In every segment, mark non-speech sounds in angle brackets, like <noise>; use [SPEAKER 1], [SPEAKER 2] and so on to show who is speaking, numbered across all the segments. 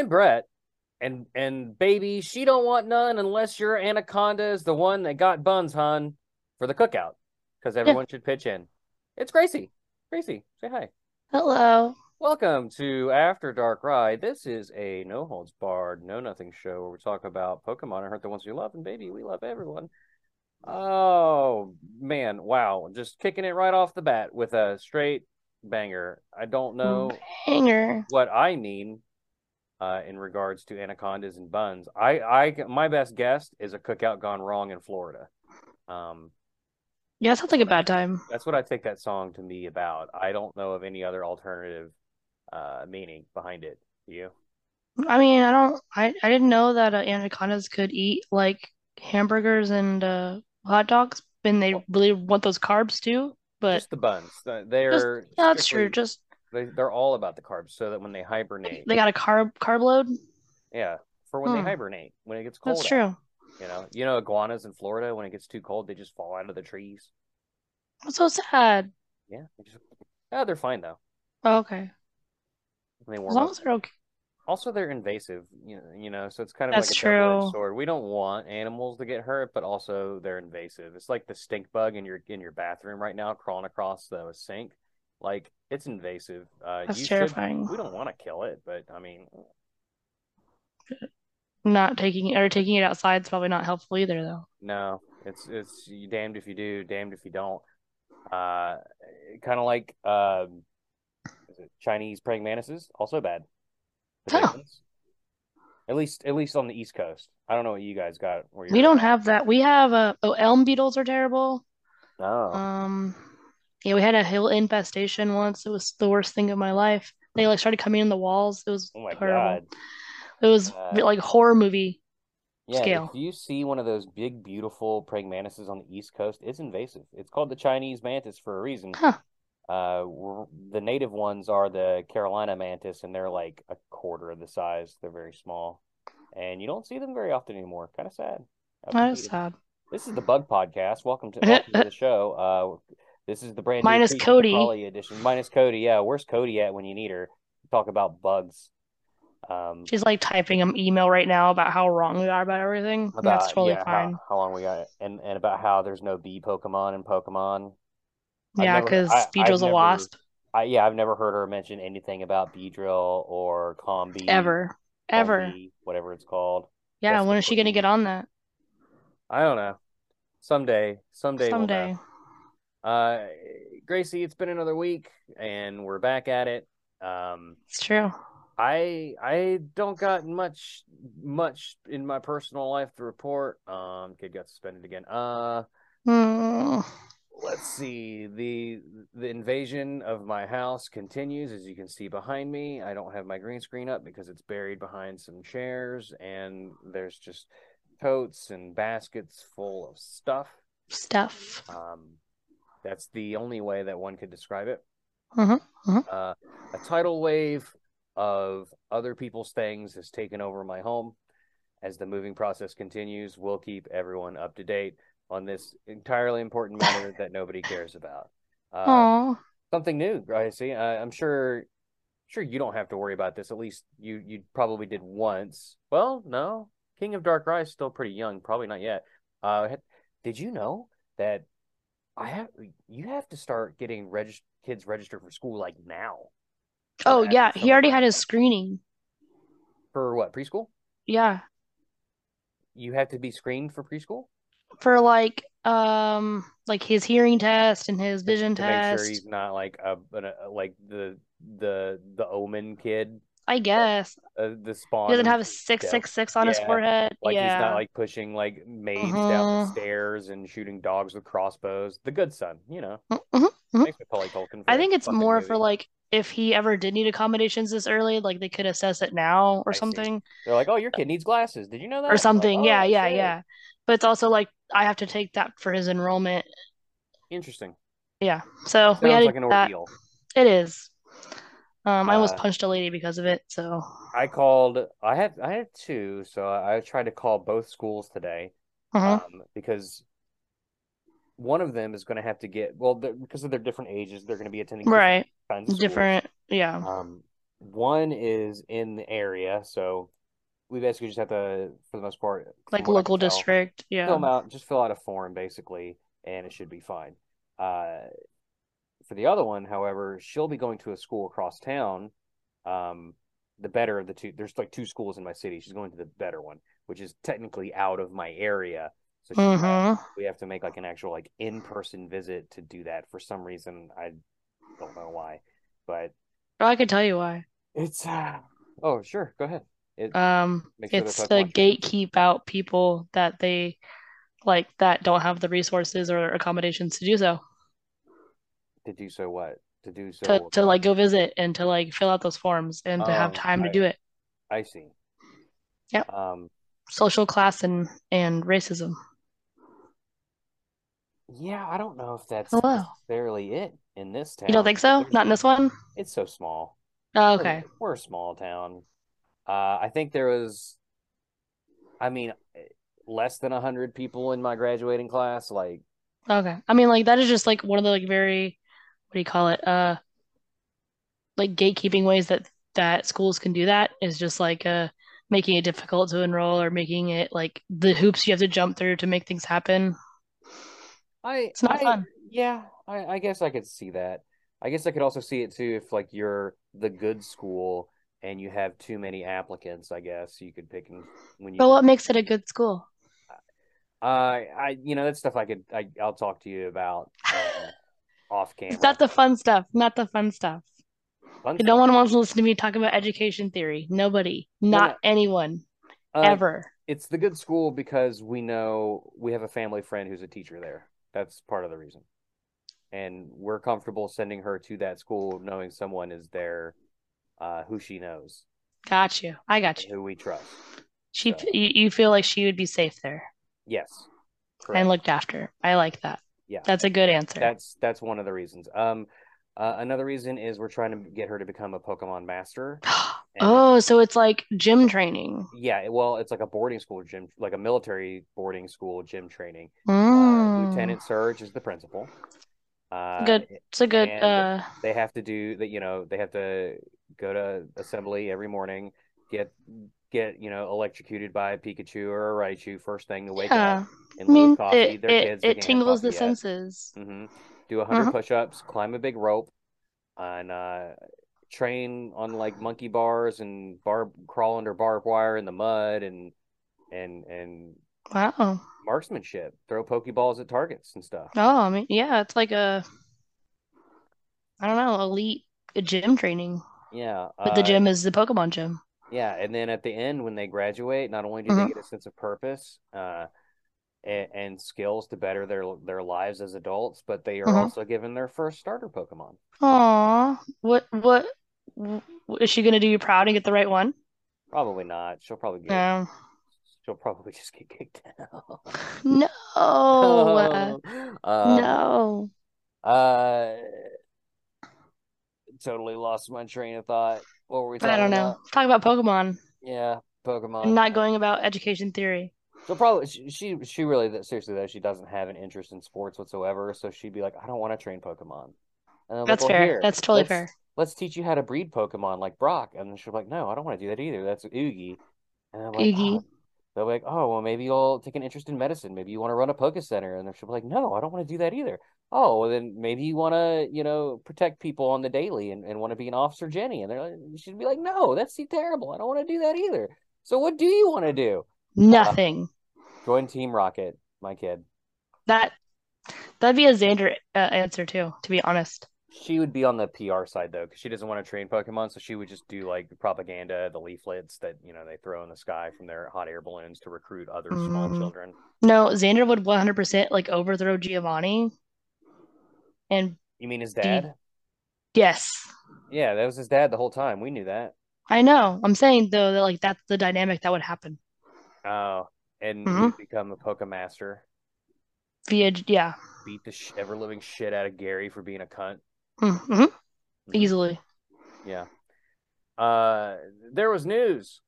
[SPEAKER 1] regret. Uh, And and baby, she don't want none unless your anaconda is the one that got buns, hun, for the cookout. Because everyone should pitch in. It's Gracie. Gracie, say hi.
[SPEAKER 2] Hello.
[SPEAKER 1] Welcome to After Dark Ride. This is a no holds barred, no nothing show where we talk about Pokemon and hurt the ones you love. And baby, we love everyone. Oh man, wow! Just kicking it right off the bat with a straight banger. I don't know
[SPEAKER 2] Hanger.
[SPEAKER 1] what I mean uh, in regards to anacondas and buns. I, I, my best guess is a cookout gone wrong in Florida. Um,
[SPEAKER 2] Yeah, it sounds like a bad time.
[SPEAKER 1] that's what I take that song to be about. I don't know of any other alternative uh, meaning behind it. Do you?
[SPEAKER 2] I mean, I don't, I, I didn't know that uh, anacondas could eat like hamburgers and uh, hot dogs, and they really want those carbs too. But
[SPEAKER 1] Just the buns. Uh, They're
[SPEAKER 2] yeah, that's true.
[SPEAKER 1] strictly-
[SPEAKER 2] Just
[SPEAKER 1] They, they're all about the carbs, so that when they hibernate,
[SPEAKER 2] they got a carb carb load.
[SPEAKER 1] yeah, for when they
[SPEAKER 2] Hmm.
[SPEAKER 1] hibernate, when it gets cold.
[SPEAKER 2] That's
[SPEAKER 1] out.
[SPEAKER 2] true.
[SPEAKER 1] You know, you know, iguanas in Florida, when it gets too cold, they just fall out of the trees.
[SPEAKER 2] That's so sad.
[SPEAKER 1] Yeah, they just, Ah, they're fine though.
[SPEAKER 2] Oh, okay.
[SPEAKER 1] They
[SPEAKER 2] As
[SPEAKER 1] warm
[SPEAKER 2] long
[SPEAKER 1] up.
[SPEAKER 2] as they're okay.
[SPEAKER 1] Also, they're invasive. You know, you know, so it's kind of
[SPEAKER 2] That's
[SPEAKER 1] like a double-edged
[SPEAKER 2] true.
[SPEAKER 1] sword. We don't want animals to get hurt, but also they're invasive. It's like the stink bug in your in your bathroom right now, crawling across the sink. Like it's invasive. Uh,
[SPEAKER 2] That's
[SPEAKER 1] you should-
[SPEAKER 2] terrifying.
[SPEAKER 1] we don't want to kill it, but I mean,
[SPEAKER 2] Not taking or taking it outside is probably not helpful either, though.
[SPEAKER 1] No, it's it's you damned if you do, damned if you don't. Uh, kind of like um, is it Chinese praying mantises, also bad.
[SPEAKER 2] Huh.
[SPEAKER 1] Possessions. At least, at least on the East Coast. I don't know what you guys got. Where
[SPEAKER 2] We
[SPEAKER 1] you're
[SPEAKER 2] don't
[SPEAKER 1] at.
[SPEAKER 2] have that. We have uh, oh, elm beetles are terrible.
[SPEAKER 1] No,
[SPEAKER 2] Um, yeah, we had a hill infestation once. It was the worst thing of my life. They like started coming in the walls. It was
[SPEAKER 1] oh my
[SPEAKER 2] horrible.
[SPEAKER 1] God.
[SPEAKER 2] It was
[SPEAKER 1] Uh,
[SPEAKER 2] like horror movie.
[SPEAKER 1] Yeah,
[SPEAKER 2] scale.
[SPEAKER 1] if you see one of those big, beautiful praying mantises on the East Coast, it's invasive. It's called the Chinese mantis for a reason.
[SPEAKER 2] Huh.
[SPEAKER 1] Uh, we're- the native ones are the Carolina mantis, and they're like a quarter of the size. They're very small, and you don't see them very often anymore. Kind of sad. I
[SPEAKER 2] That
[SPEAKER 1] would
[SPEAKER 2] is
[SPEAKER 1] hate it.
[SPEAKER 2] sad.
[SPEAKER 1] This is the Bug Podcast. Welcome to,
[SPEAKER 2] <laughs>
[SPEAKER 1] welcome to the show. Uh, this is the brand new
[SPEAKER 2] Minus
[SPEAKER 1] Creepy
[SPEAKER 2] Cody.
[SPEAKER 1] Crawly edition. Minus Cody. Yeah, where's Cody at when you need her? Talk about bugs. Um,
[SPEAKER 2] She's like typing an email right now about how wrong we are about everything. and
[SPEAKER 1] about
[SPEAKER 2] that's totally
[SPEAKER 1] Oh yeah,
[SPEAKER 2] fine.
[SPEAKER 1] How, how long we got, and and about how there's no bee Pokemon in Pokemon. I've
[SPEAKER 2] Yeah,
[SPEAKER 1] never-
[SPEAKER 2] because
[SPEAKER 1] I- I've
[SPEAKER 2] Beedrill's a
[SPEAKER 1] never-
[SPEAKER 2] wasp.
[SPEAKER 1] I yeah, I've never heard her mention anything about Beedrill or Combi
[SPEAKER 2] Ever. Ever.
[SPEAKER 1] Combi, whatever it's called.
[SPEAKER 2] Yeah,
[SPEAKER 1] That's
[SPEAKER 2] when
[SPEAKER 1] the
[SPEAKER 2] is she gonna
[SPEAKER 1] cookie.
[SPEAKER 2] get on that?
[SPEAKER 1] I don't know. Someday, someday, we'll
[SPEAKER 2] Someday.
[SPEAKER 1] know. Uh, Gracie, it's been another week, and we're back at it. Um,
[SPEAKER 2] It's true.
[SPEAKER 1] I I don't got much much in my personal life to report. Um, kid got suspended again. Uh,
[SPEAKER 2] Mm.
[SPEAKER 1] let's see the the invasion of my house continues as you can see behind me i don't have my green screen up because it's buried behind some chairs and there's just totes and baskets full of stuff
[SPEAKER 2] Stuff.
[SPEAKER 1] um that's the only way that one could describe it
[SPEAKER 2] Mhm, mhm.
[SPEAKER 1] uh, a tidal wave of other people's things has taken over my home as the moving process continues we'll keep everyone up to date on this entirely important matter that nobody cares about uh,
[SPEAKER 2] Aw.
[SPEAKER 1] something new i see uh, i'm sure sure you don't have to worry about this at least you you probably did once well no king of dark rise is still pretty young probably not yet uh had- did you know that i have you have to start getting reg- kids registered for school like now Or
[SPEAKER 2] Oh
[SPEAKER 1] after
[SPEAKER 2] yeah, he
[SPEAKER 1] summer
[SPEAKER 2] already had
[SPEAKER 1] break.
[SPEAKER 2] his screening.
[SPEAKER 1] for what preschool
[SPEAKER 2] Yeah.
[SPEAKER 1] you have to be screened for preschool
[SPEAKER 2] For like um like his hearing test and his vision
[SPEAKER 1] to make sure
[SPEAKER 2] test.
[SPEAKER 1] he's not like a, an- a like the the the omen kid
[SPEAKER 2] I guess.
[SPEAKER 1] uh, the spawn
[SPEAKER 2] He doesn't
[SPEAKER 1] of-
[SPEAKER 2] have a six
[SPEAKER 1] yeah.
[SPEAKER 2] six six on his
[SPEAKER 1] Yeah.
[SPEAKER 2] forehead.
[SPEAKER 1] Like he's
[SPEAKER 2] Yeah.
[SPEAKER 1] not like pushing like maids down the
[SPEAKER 2] Mhm.
[SPEAKER 1] stairs and shooting dogs with crossbows. The good son, you know.
[SPEAKER 2] Mhm, mhm.
[SPEAKER 1] Thanks to Polly Culkin.
[SPEAKER 2] I think it's
[SPEAKER 1] fucking
[SPEAKER 2] more
[SPEAKER 1] movie.
[SPEAKER 2] for like if he ever did need accommodations this early, like they could assess it now or
[SPEAKER 1] I see.
[SPEAKER 2] something
[SPEAKER 1] they're like, oh, your kid needs glasses. Did you know that?
[SPEAKER 2] or
[SPEAKER 1] Like,
[SPEAKER 2] something.
[SPEAKER 1] oh,
[SPEAKER 2] Yeah, yeah,
[SPEAKER 1] shit.
[SPEAKER 2] yeah. But it's also like I have to take that for his enrollment.
[SPEAKER 1] Interesting.
[SPEAKER 2] Yeah. So
[SPEAKER 1] Sounds
[SPEAKER 2] we had to
[SPEAKER 1] like an
[SPEAKER 2] do that.
[SPEAKER 1] ordeal.
[SPEAKER 2] It is. Um, I almost
[SPEAKER 1] Uh,
[SPEAKER 2] punched a lady because of it, so
[SPEAKER 1] I called. I had I had two, so I, I tried to call both schools today
[SPEAKER 2] Mhm.
[SPEAKER 1] um, because one of them is going to have to get well they're- because of their different ages, they're going to be attending different
[SPEAKER 2] Right.
[SPEAKER 1] kinds of schools.
[SPEAKER 2] Different. Yeah.
[SPEAKER 1] Um, One is in the area, so we basically just have to, for the most part, from
[SPEAKER 2] like
[SPEAKER 1] what I
[SPEAKER 2] local
[SPEAKER 1] can tell,
[SPEAKER 2] district. Yeah.
[SPEAKER 1] fill 'em out, just fill out a form basically, and it should be fine. Uh, for the other one, however, she'll be going to a school across town. Um, the better of the two, there's like two schools in my city. She's going to the better one, which is technically out of my area. So she, uh,
[SPEAKER 2] Mm-hmm.
[SPEAKER 1] we have to make like an actual like in-person visit to do that. For some reason, I don't know why, but
[SPEAKER 2] I could tell you why.
[SPEAKER 1] it's uh, oh sure, go ahead. It,
[SPEAKER 2] Um,
[SPEAKER 1] Make sure they're
[SPEAKER 2] it's
[SPEAKER 1] Pokemon
[SPEAKER 2] the
[SPEAKER 1] trained.
[SPEAKER 2] gatekeep out people that they like that don't have the resources or accommodations to do so.
[SPEAKER 1] to do so what to do so.
[SPEAKER 2] To to like go visit and to like fill out those forms and to have
[SPEAKER 1] Um,
[SPEAKER 2] time to
[SPEAKER 1] I-
[SPEAKER 2] do it.
[SPEAKER 1] I see.
[SPEAKER 2] Yep.
[SPEAKER 1] Um.
[SPEAKER 2] Social class and and racism.
[SPEAKER 1] Yeah, I don't know if that's
[SPEAKER 2] Hello.
[SPEAKER 1] necessarily it in this town.
[SPEAKER 2] You don't think so? Not in this one?
[SPEAKER 1] It's so small.
[SPEAKER 2] Oh,
[SPEAKER 1] We're-
[SPEAKER 2] okay.
[SPEAKER 1] We're a small town. Uh, I think there was, I mean, less than 100 people in my graduating class. Like,
[SPEAKER 2] Okay. I mean, like that is just like one of the like very, what do you call it? Uh, like gatekeeping ways that that schools can do that is just like uh making it difficult to enroll or making it like the hoops you have to jump through to make things happen.
[SPEAKER 1] I,
[SPEAKER 2] It's not
[SPEAKER 1] I-
[SPEAKER 2] fun.
[SPEAKER 1] Yeah, I, I guess I could see that. I guess I could also see it too if, like, you're the good school and you have too many applicants, I guess you could pick and when you
[SPEAKER 2] But
[SPEAKER 1] could
[SPEAKER 2] what makes it a good school?
[SPEAKER 1] Uh, I, you know, that's stuff I could, I, I'll talk to you about
[SPEAKER 2] <laughs>
[SPEAKER 1] um, off camera.
[SPEAKER 2] It's not the fun stuff, not the fun stuff.
[SPEAKER 1] Fun
[SPEAKER 2] No one wants to listen to me talk about education theory. Nobody, not anyone,
[SPEAKER 1] stuff. Uh,
[SPEAKER 2] ever.
[SPEAKER 1] It's the good school because we know we have a family friend who's a teacher there. That's part of the reason. And we're comfortable sending her to that school knowing someone is there uh, who she knows
[SPEAKER 2] Got you. I got
[SPEAKER 1] and
[SPEAKER 2] you.
[SPEAKER 1] who we trust.
[SPEAKER 2] She,
[SPEAKER 1] So-
[SPEAKER 2] you, you feel like she would be safe there
[SPEAKER 1] Yes.
[SPEAKER 2] and looked after. I like that.
[SPEAKER 1] Yeah.
[SPEAKER 2] That's a good answer.
[SPEAKER 1] That's that's one of the reasons. Um, uh, another reason is we're trying to get her to become a Pokemon master. And-
[SPEAKER 2] <gasps> Oh, so it's like gym training.
[SPEAKER 1] Yeah, well, it's like a boarding school gym, like a military boarding school gym training. Uh,
[SPEAKER 2] Mm.
[SPEAKER 1] Lieutenant Surge is the principal. Uh,
[SPEAKER 2] Good. It's a good
[SPEAKER 1] and-
[SPEAKER 2] uh
[SPEAKER 1] They have to do that. You know, they have to go to assembly every morning, get get you know electrocuted by a Pikachu or a Raichu first thing to wake
[SPEAKER 2] yeah.
[SPEAKER 1] up.
[SPEAKER 2] I
[SPEAKER 1] And lose
[SPEAKER 2] mean
[SPEAKER 1] coffee.
[SPEAKER 2] it
[SPEAKER 1] Their
[SPEAKER 2] it,
[SPEAKER 1] kids, they
[SPEAKER 2] it
[SPEAKER 1] can't have
[SPEAKER 2] tingles the
[SPEAKER 1] coffee yet.
[SPEAKER 2] senses.
[SPEAKER 1] hmm Do a 100
[SPEAKER 2] Uh-huh.
[SPEAKER 1] push-ups, climb a big rope, and uh, train on like monkey bars and barb crawl under barbed wire in the mud and and and
[SPEAKER 2] Wow.
[SPEAKER 1] marksmanship, throw pokeballs at targets and stuff.
[SPEAKER 2] Oh, I mean yeah, it's like a I don't know, elite gym training.
[SPEAKER 1] Yeah,
[SPEAKER 2] But the
[SPEAKER 1] uh,
[SPEAKER 2] gym is the Pokemon gym.
[SPEAKER 1] Yeah, and then at the end when they graduate, not only do
[SPEAKER 2] Mhm.
[SPEAKER 1] they get a sense of purpose, uh, and, and skills to better their their lives as adults, but they are
[SPEAKER 2] Mhm.
[SPEAKER 1] also given their first starter Pokemon.
[SPEAKER 2] Aw. What what w- is she gonna do you proud and get the right one?
[SPEAKER 1] Probably not. She'll probably get.
[SPEAKER 2] No.
[SPEAKER 1] She'll probably <laughs> just get kicked out.
[SPEAKER 2] No. uh,
[SPEAKER 1] <laughs> Um,
[SPEAKER 2] no.
[SPEAKER 1] Uh, totally lost my train of thought. What were we talking
[SPEAKER 2] I don't know.
[SPEAKER 1] about? Oh.
[SPEAKER 2] Talk about Pokemon.
[SPEAKER 1] Yeah, Pokemon.
[SPEAKER 2] I'm not going about education theory.
[SPEAKER 1] So probably she she, she really that seriously though she doesn't have an interest in sports whatsoever. So she'd be like, I don't want to train Pokemon. And I'm like,
[SPEAKER 2] That's
[SPEAKER 1] "Well,
[SPEAKER 2] fair.
[SPEAKER 1] here,
[SPEAKER 2] That's totally
[SPEAKER 1] let's-
[SPEAKER 2] fair.
[SPEAKER 1] Let's teach you how to breed Pokemon like Brock. And then she'll be like, No, I don't want to do that either. That's Oogie. And I'm like,
[SPEAKER 2] Iggy.
[SPEAKER 1] "Oh." They'll be like, Oh, well, maybe you'll take an interest in medicine. Maybe you want to run a Poke Center. And then she'll be like, No, I don't want to do that either. Oh, well, then maybe you want to, you know, protect people on the daily and, and want to be an Officer Jenny. And they're like, she'd be like, No, that's terrible. I don't want to do that either. So what do you want to do?
[SPEAKER 2] Nothing.
[SPEAKER 1] Join Team Rocket, my kid.
[SPEAKER 2] That that'd be a Xander uh, answer too, to be honest.
[SPEAKER 1] She would be on the PR side though, because she doesn't want to train Pokemon, so she would just do like the propaganda, the leaflets that you know they throw in the sky from their hot air balloons to recruit other small
[SPEAKER 2] Mm.
[SPEAKER 1] children.
[SPEAKER 2] No, Xander would 100% like overthrow Giovanni. And
[SPEAKER 1] You mean his
[SPEAKER 2] you-
[SPEAKER 1] dad?
[SPEAKER 2] yes,
[SPEAKER 1] Yeah, that was his dad the whole time. We knew that.
[SPEAKER 2] I know. I'm saying though that like that's the dynamic that would happen
[SPEAKER 1] Oh, and
[SPEAKER 2] Mhm.
[SPEAKER 1] he'd become a Pokemaster,
[SPEAKER 2] via yeah,
[SPEAKER 1] beat the sh- ever living shit out of Gary for being a cunt.
[SPEAKER 2] mm-hmm.
[SPEAKER 1] Mhm.
[SPEAKER 2] easily.
[SPEAKER 1] Yeah. Uh, there was news.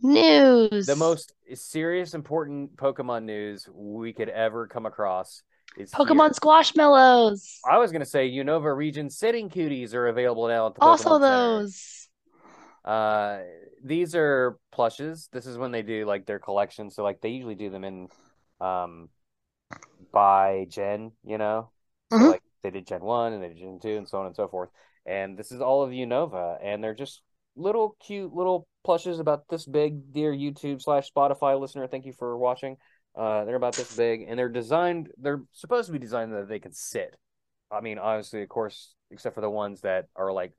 [SPEAKER 2] News.
[SPEAKER 1] The most serious, important Pokemon news we could ever come across is here.
[SPEAKER 2] Pokemon Squashmallows.
[SPEAKER 1] I was gonna say Unova region sitting cuties are available now at the
[SPEAKER 2] Also
[SPEAKER 1] Pokemon Center.
[SPEAKER 2] those.
[SPEAKER 1] Uh, these are plushes. This is when they do like their collection. So like they usually do them in, um, by gen. You know, So,
[SPEAKER 2] Mhm.
[SPEAKER 1] like they did Gen One and they did Gen Two and so on and so forth. And this is all of Unova, and they're just little cute little plushes about this big, dear YouTube slash Spotify listener. Thank you for watching. Uh, they're about this big, and they're designed. They're supposed to be designed that they can sit. I mean, obviously, of course, except for the ones that are like,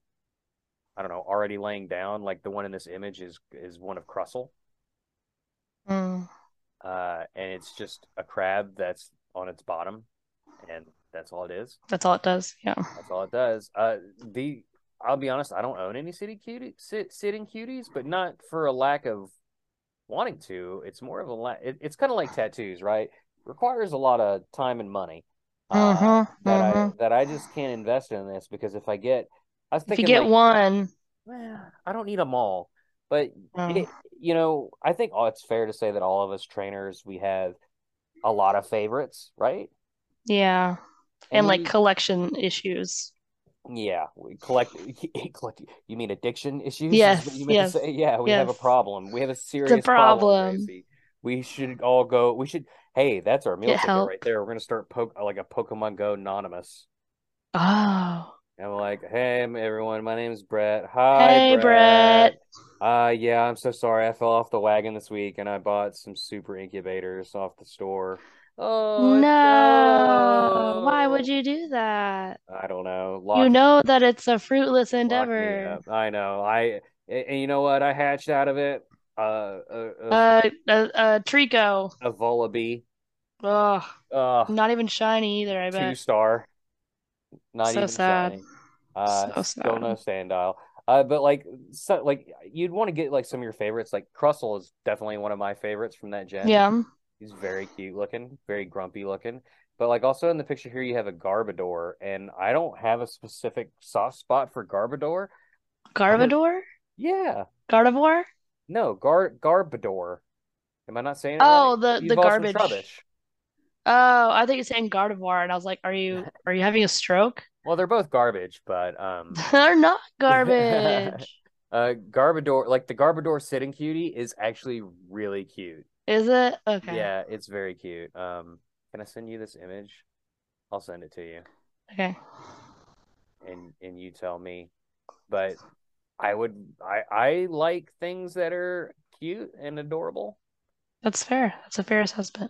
[SPEAKER 1] I don't know, already laying down. Like the one in this image is is one of Crustle,
[SPEAKER 2] Mm.
[SPEAKER 1] uh, and it's just a crab that's on its bottom, and that's all it is.
[SPEAKER 2] That's all it does. Yeah.
[SPEAKER 1] That's all it does. Uh, the I'll be honest, I don't own any city cutie sit, sitting cuties, but not for a lack of wanting to. It's more of a la- it, it's kind of like tattoos, right? Requires a lot of time and money uh,
[SPEAKER 2] Mhm,
[SPEAKER 1] that I
[SPEAKER 2] mhm.
[SPEAKER 1] that I just can't invest in this because if I get, I was
[SPEAKER 2] If you
[SPEAKER 1] thinking
[SPEAKER 2] get
[SPEAKER 1] like,
[SPEAKER 2] one,
[SPEAKER 1] "Well, I don't need them all, but
[SPEAKER 2] um,
[SPEAKER 1] it, you know, I think oh, it's fair to say that all of us trainers we have a lot of favorites, right?
[SPEAKER 2] yeah, and,
[SPEAKER 1] And
[SPEAKER 2] like
[SPEAKER 1] you-
[SPEAKER 2] collection issues.
[SPEAKER 1] Yeah, we collect, <laughs> collect. You mean addiction issues? Is what
[SPEAKER 2] Yes,
[SPEAKER 1] you meant to
[SPEAKER 2] yes,
[SPEAKER 1] say? Yeah, we have a
[SPEAKER 2] yes.
[SPEAKER 1] problem. We have a serious problem,
[SPEAKER 2] problem.
[SPEAKER 1] Gracie. We should all go. We should. Hey, that's our meal
[SPEAKER 2] Get
[SPEAKER 1] ticket
[SPEAKER 2] help.
[SPEAKER 1] right there. We're gonna start poke like a Pokemon Go anonymous,
[SPEAKER 2] Oh,
[SPEAKER 1] and we're like, "Hey, everyone, my name is Brett. Hi,
[SPEAKER 2] hey,
[SPEAKER 1] Brett.
[SPEAKER 2] Brett.
[SPEAKER 1] Uh, yeah, I'm so sorry. I fell off the wagon this week, and I bought some super incubators off the store. Oh, it's-
[SPEAKER 2] No, why would
[SPEAKER 1] oh.
[SPEAKER 2] you do that?
[SPEAKER 1] I don't know.
[SPEAKER 2] You
[SPEAKER 1] Locked
[SPEAKER 2] know that it's a fruitless
[SPEAKER 1] Lock me
[SPEAKER 2] endeavor.
[SPEAKER 1] up. I know. I and and you know what? I hatched out of it. Uh, a, a,
[SPEAKER 2] Uh, uh, uh, Trico.
[SPEAKER 1] a Vullaby.
[SPEAKER 2] Ugh,
[SPEAKER 1] Uh,
[SPEAKER 2] not even shiny either, I
[SPEAKER 1] two
[SPEAKER 2] bet.
[SPEAKER 1] star. Not
[SPEAKER 2] So
[SPEAKER 1] even
[SPEAKER 2] sad.
[SPEAKER 1] shiny. Uh,
[SPEAKER 2] So
[SPEAKER 1] still no
[SPEAKER 2] sad.
[SPEAKER 1] Sandile. Uh, but like, so like you'd want to get like some of your favorites. Like Crustle is definitely one of my favorites from that gen.
[SPEAKER 2] Yeah.
[SPEAKER 1] He's very cute looking, very grumpy looking. But like also in the picture here, you have a Garbodor, and I don't have a specific soft spot for Garbodor. I don't.
[SPEAKER 2] Garbodor?
[SPEAKER 1] Yeah.
[SPEAKER 2] Gardevoir?
[SPEAKER 1] No, Gar Garbador. Am I not saying it right?
[SPEAKER 2] Oh, the the
[SPEAKER 1] You've also
[SPEAKER 2] garbage.
[SPEAKER 1] Trubbish.
[SPEAKER 2] Oh, I think you're saying Gardevoir, and I was like,
[SPEAKER 1] <laughs>
[SPEAKER 2] are you are you having a stroke? <laughs>
[SPEAKER 1] Well, they're both garbage, but um,
[SPEAKER 2] They're not garbage.
[SPEAKER 1] <laughs> uh, Garbador, like the Garbador sitting cutie, is actually really cute.
[SPEAKER 2] Is it? Okay.
[SPEAKER 1] Yeah, it's very cute. Um, can I send you this image? I'll send it to you,
[SPEAKER 2] Okay.
[SPEAKER 1] and and you tell me. But I would, I I like things that are cute and adorable.
[SPEAKER 2] That's fair. That's a fair assessment.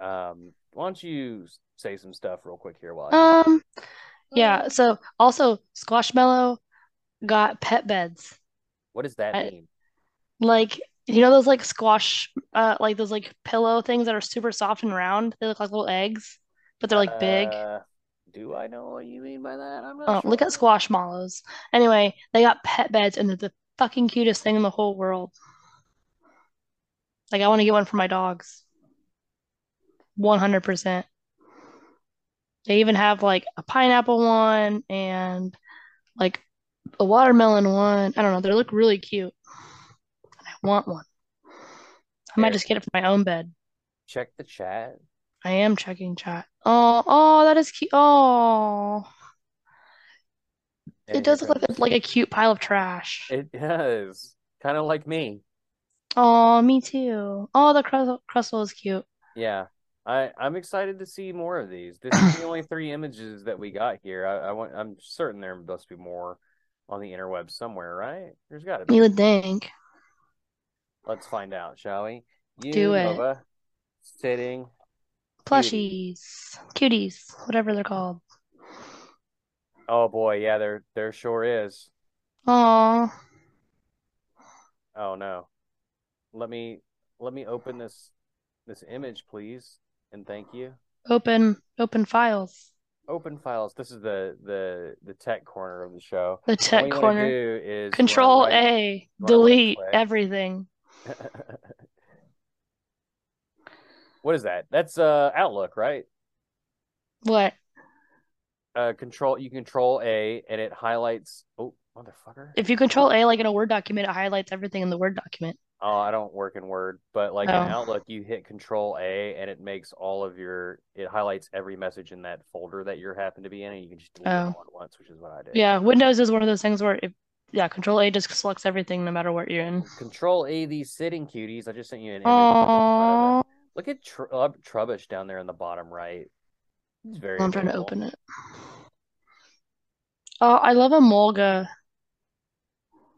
[SPEAKER 1] Um, why don't you say some stuff real quick here while I do
[SPEAKER 2] Um, yeah, so also Squashmallow got pet beds.
[SPEAKER 1] What does that
[SPEAKER 2] I-
[SPEAKER 1] mean?
[SPEAKER 2] Like, you know those like squash uh like those like pillow things that are super soft and round? They look like little eggs, but they're like big.
[SPEAKER 1] Uh, do I know what you mean by that? I'm not
[SPEAKER 2] Oh,
[SPEAKER 1] sure.
[SPEAKER 2] look at Squashmallows. Anyway, they got pet beds and they're the fucking cutest thing in the whole world. Like I want to get one for my dogs. 100%. They even have like a pineapple one and like a watermelon one. I don't know. They look really cute. I want one. I might
[SPEAKER 1] Here,
[SPEAKER 2] just get it for my own bed.
[SPEAKER 1] check the chat.
[SPEAKER 2] I am checking chat. Oh, oh, that is cute. Oh, it
[SPEAKER 1] And here
[SPEAKER 2] does look like
[SPEAKER 1] comes.
[SPEAKER 2] a, like a cute pile of trash.
[SPEAKER 1] It does. Kind of like me.
[SPEAKER 2] Oh, me too. Oh, the crust crustle is cute.
[SPEAKER 1] Yeah. I, I'm excited to see more of these. This is the only three images that we got here. I, I want, I'm certain there must be more on the interweb somewhere, right? There's got to be.
[SPEAKER 2] You would think.
[SPEAKER 1] Let's find out, shall we?
[SPEAKER 2] Do it.
[SPEAKER 1] Unova sitting cutie.
[SPEAKER 2] Plushies, cuties, whatever they're called.
[SPEAKER 1] Oh boy, yeah, there there sure is.
[SPEAKER 2] Oh,
[SPEAKER 1] Oh no. Let me let me open this this image, please, and thank you.
[SPEAKER 2] open open files.
[SPEAKER 1] Open files. This is the the the tech corner of the show.
[SPEAKER 2] The
[SPEAKER 1] And what
[SPEAKER 2] tech
[SPEAKER 1] you want to
[SPEAKER 2] corner.
[SPEAKER 1] do is you want to
[SPEAKER 2] Control
[SPEAKER 1] right
[SPEAKER 2] A,
[SPEAKER 1] you want to right
[SPEAKER 2] delete
[SPEAKER 1] click.
[SPEAKER 2] everything.
[SPEAKER 1] What is that? That's uh Outlook, right?
[SPEAKER 2] What?
[SPEAKER 1] Uh control you control A and it highlights oh motherfucker.
[SPEAKER 2] If you control A like in a Word document, it highlights everything in the Word document.
[SPEAKER 1] Oh, I don't work in Word, but like in
[SPEAKER 2] Oh.
[SPEAKER 1] Outlook, you hit Control A and it makes all of your it highlights every message in that folder that you happen to be in, and you can just delete it
[SPEAKER 2] Oh.
[SPEAKER 1] all at once, which is what I did.
[SPEAKER 2] Yeah, Windows is one of those things where if yeah, Control A just selects everything no matter what you're in.
[SPEAKER 1] Control A these sitting cuties. I just sent you an image.
[SPEAKER 2] Oh,
[SPEAKER 1] Look at Tr- uh, Trubbish down there in the bottom right. He's very.
[SPEAKER 2] I'm trying to
[SPEAKER 1] adorable.
[SPEAKER 2] open it. Oh, I love Emolga.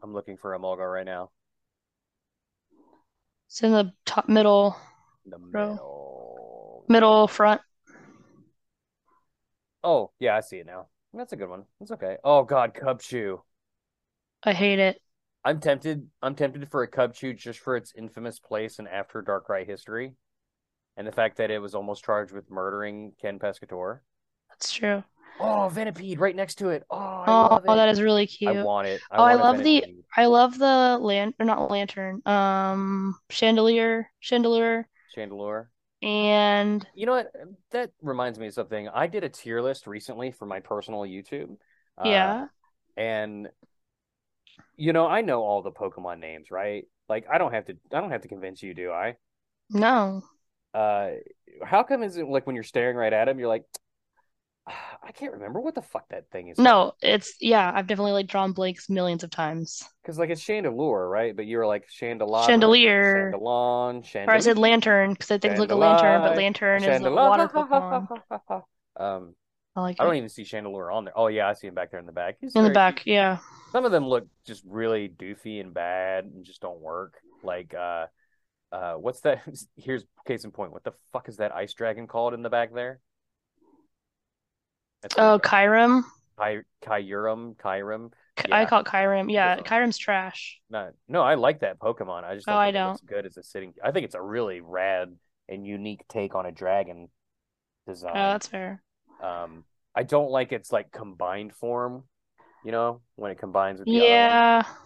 [SPEAKER 1] I'm looking for Emolga right now.
[SPEAKER 2] It's in the top middle,
[SPEAKER 1] In the
[SPEAKER 2] Bro.
[SPEAKER 1] middle.
[SPEAKER 2] middle front.
[SPEAKER 1] Oh yeah, I see it now. That's a good one. That's okay. Oh God, Cub Chew.
[SPEAKER 2] I hate it.
[SPEAKER 1] I'm tempted. I'm tempted for a Cub Chew just for its infamous place in After Dark Right history, and the fact that it was almost charged with murdering Ken Pescatore.
[SPEAKER 2] That's true.
[SPEAKER 1] Oh, Venipede right next to it. Oh, I
[SPEAKER 2] Oh,
[SPEAKER 1] love it.
[SPEAKER 2] that is really
[SPEAKER 1] I
[SPEAKER 2] cute.
[SPEAKER 1] want it. I
[SPEAKER 2] Oh, I
[SPEAKER 1] want a
[SPEAKER 2] love the-
[SPEAKER 1] Venipede.
[SPEAKER 2] I love the lan or not lantern, um, chandelier, chandelier,
[SPEAKER 1] Chandelure.
[SPEAKER 2] and
[SPEAKER 1] You know what? That reminds me of something. I did a tier list recently for my personal YouTube. Uh,
[SPEAKER 2] yeah,
[SPEAKER 1] and you know, I know all the Pokemon names, right? Like, I don't have to. I don't have to convince you, do I?
[SPEAKER 2] no,
[SPEAKER 1] Uh, how come is it like when you're staring right at him, you're like, "Ah, I can't remember what the fuck that thing is.
[SPEAKER 2] no, it's yeah, I've definitely like drawn blanks millions of times.
[SPEAKER 1] because like it's chandelure, right? But you were like chandelier,
[SPEAKER 2] Chandelier.
[SPEAKER 1] chandelon,
[SPEAKER 2] Or I said
[SPEAKER 1] chandelier,
[SPEAKER 2] lantern because I think look at lantern, but
[SPEAKER 1] Chandelier.
[SPEAKER 2] lantern is
[SPEAKER 1] <laughs>
[SPEAKER 2] a water Pokemon.
[SPEAKER 1] Um,
[SPEAKER 2] I like
[SPEAKER 1] I don't
[SPEAKER 2] it.
[SPEAKER 1] even see chandelure on there. Oh yeah, I see him back there in the back. He's
[SPEAKER 2] In the
[SPEAKER 1] very
[SPEAKER 2] back,
[SPEAKER 1] cute.
[SPEAKER 2] yeah.
[SPEAKER 1] Some of them look just really doofy and bad and just don't work. Like uh, uh, what's that? <laughs> Here's case in point. What the fuck is that ice dragon called in the back there? That's
[SPEAKER 2] Oh,
[SPEAKER 1] like a-
[SPEAKER 2] Kyrim.
[SPEAKER 1] Ky- Kyurem, Kyurem.
[SPEAKER 2] K- I
[SPEAKER 1] Yeah.
[SPEAKER 2] call it Kyrim. Yeah,
[SPEAKER 1] Different.
[SPEAKER 2] Kyrim's trash.
[SPEAKER 1] No, no, I like that Pokemon. I just don't
[SPEAKER 2] Oh, I
[SPEAKER 1] think it looks good as a sitting. I think it's a really rad and unique take on a dragon
[SPEAKER 2] Oh,
[SPEAKER 1] design.
[SPEAKER 2] that's fair.
[SPEAKER 1] Um, I don't like its like combined form. You know, when it combines with the other
[SPEAKER 2] Yeah.
[SPEAKER 1] one,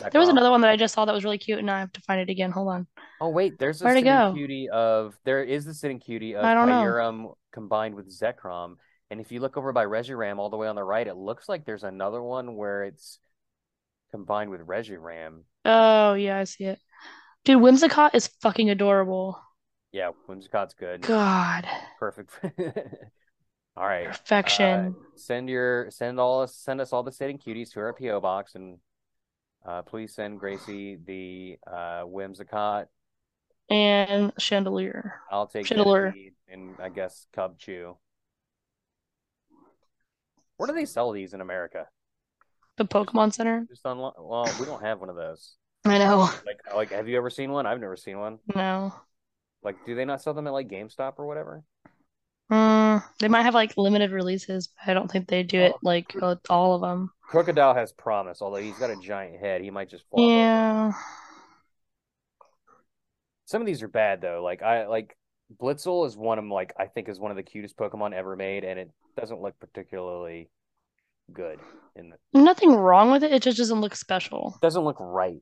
[SPEAKER 1] but
[SPEAKER 2] There was another one that I just saw that was really cute, and I have to find it again. Hold on.
[SPEAKER 1] Oh wait, there's a
[SPEAKER 2] Where'd it
[SPEAKER 1] sitting
[SPEAKER 2] go?
[SPEAKER 1] cutie of there is the sitting cutie of
[SPEAKER 2] I don't know.
[SPEAKER 1] Kyurem combined with Zekrom. And if you look over by Reshiram all the way on the right, it looks like there's another one where it's combined with Reshiram.
[SPEAKER 2] Oh, yeah, I see it. Dude, Whimsicott is fucking adorable.
[SPEAKER 1] Yeah, Whimsicott's good.
[SPEAKER 2] God,
[SPEAKER 1] Perfect. <laughs> All right.
[SPEAKER 2] perfection.
[SPEAKER 1] Send your send all us send us all the sitting cuties to our PO box and uh, please send Gracie the uh, Whimsicott.
[SPEAKER 2] And chandelier.
[SPEAKER 1] I'll take
[SPEAKER 2] Chitler.
[SPEAKER 1] Venipede and I guess Cub Chew. Where do they sell these in America?
[SPEAKER 2] The Pokemon Center?
[SPEAKER 1] Just on well, we don't have one of those.
[SPEAKER 2] I know.
[SPEAKER 1] Like like have you ever seen one? I've never seen one.
[SPEAKER 2] No.
[SPEAKER 1] Like do they not sell them at like GameStop or whatever?
[SPEAKER 2] Mm, they might have like limited releases, but I don't think they do it
[SPEAKER 1] Oh.
[SPEAKER 2] like with all of them.
[SPEAKER 1] Crocodile has promise, although he's got a giant head. He might just fall.
[SPEAKER 2] Yeah.
[SPEAKER 1] Some of these are bad though. Like I like Blitzel is one of 'em, like I think is one of the cutest Pokemon ever made, and it doesn't look particularly good. In the,
[SPEAKER 2] Nothing wrong with it. It just doesn't look special.
[SPEAKER 1] doesn't look right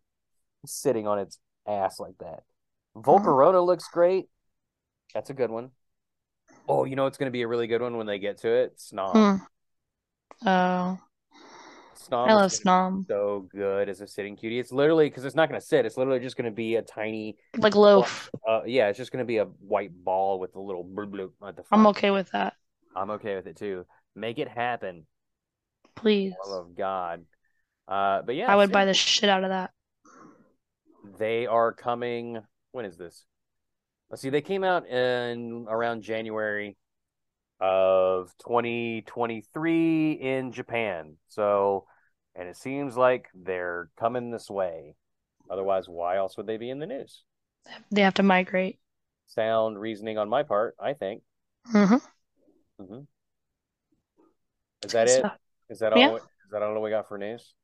[SPEAKER 1] sitting on its ass like that. Volcarona looks great. That's a good one. Oh, you know it's going to be a really good one when they get to it. Snom.
[SPEAKER 2] Hmm. Oh,
[SPEAKER 1] Snom.
[SPEAKER 2] I love
[SPEAKER 1] is gonna
[SPEAKER 2] Snom.
[SPEAKER 1] be So good as a sitting cutie. It's literally because it's not going to sit. It's literally just going to be a tiny.
[SPEAKER 2] Like Loaf.
[SPEAKER 1] Uh, yeah, it's just going to be a white ball with a little bloop bloop at the front.
[SPEAKER 2] I'm okay with that.
[SPEAKER 1] I'm okay with it too. Make it happen,
[SPEAKER 2] Please.
[SPEAKER 1] for the love of God. Uh, but yeah,
[SPEAKER 2] I would buy
[SPEAKER 1] sitting-
[SPEAKER 2] the shit out of that.
[SPEAKER 1] They are coming. When is this? Let's see. They came out in around January of 2023 in Japan. So, and it seems like they're coming this way. Otherwise, why else would they be in the news?
[SPEAKER 2] They have to migrate.
[SPEAKER 1] Sound reasoning on my part, I think.
[SPEAKER 2] Mm-hmm.
[SPEAKER 1] Is that it? Is that all?
[SPEAKER 2] Yeah.
[SPEAKER 1] Is that all we got for news?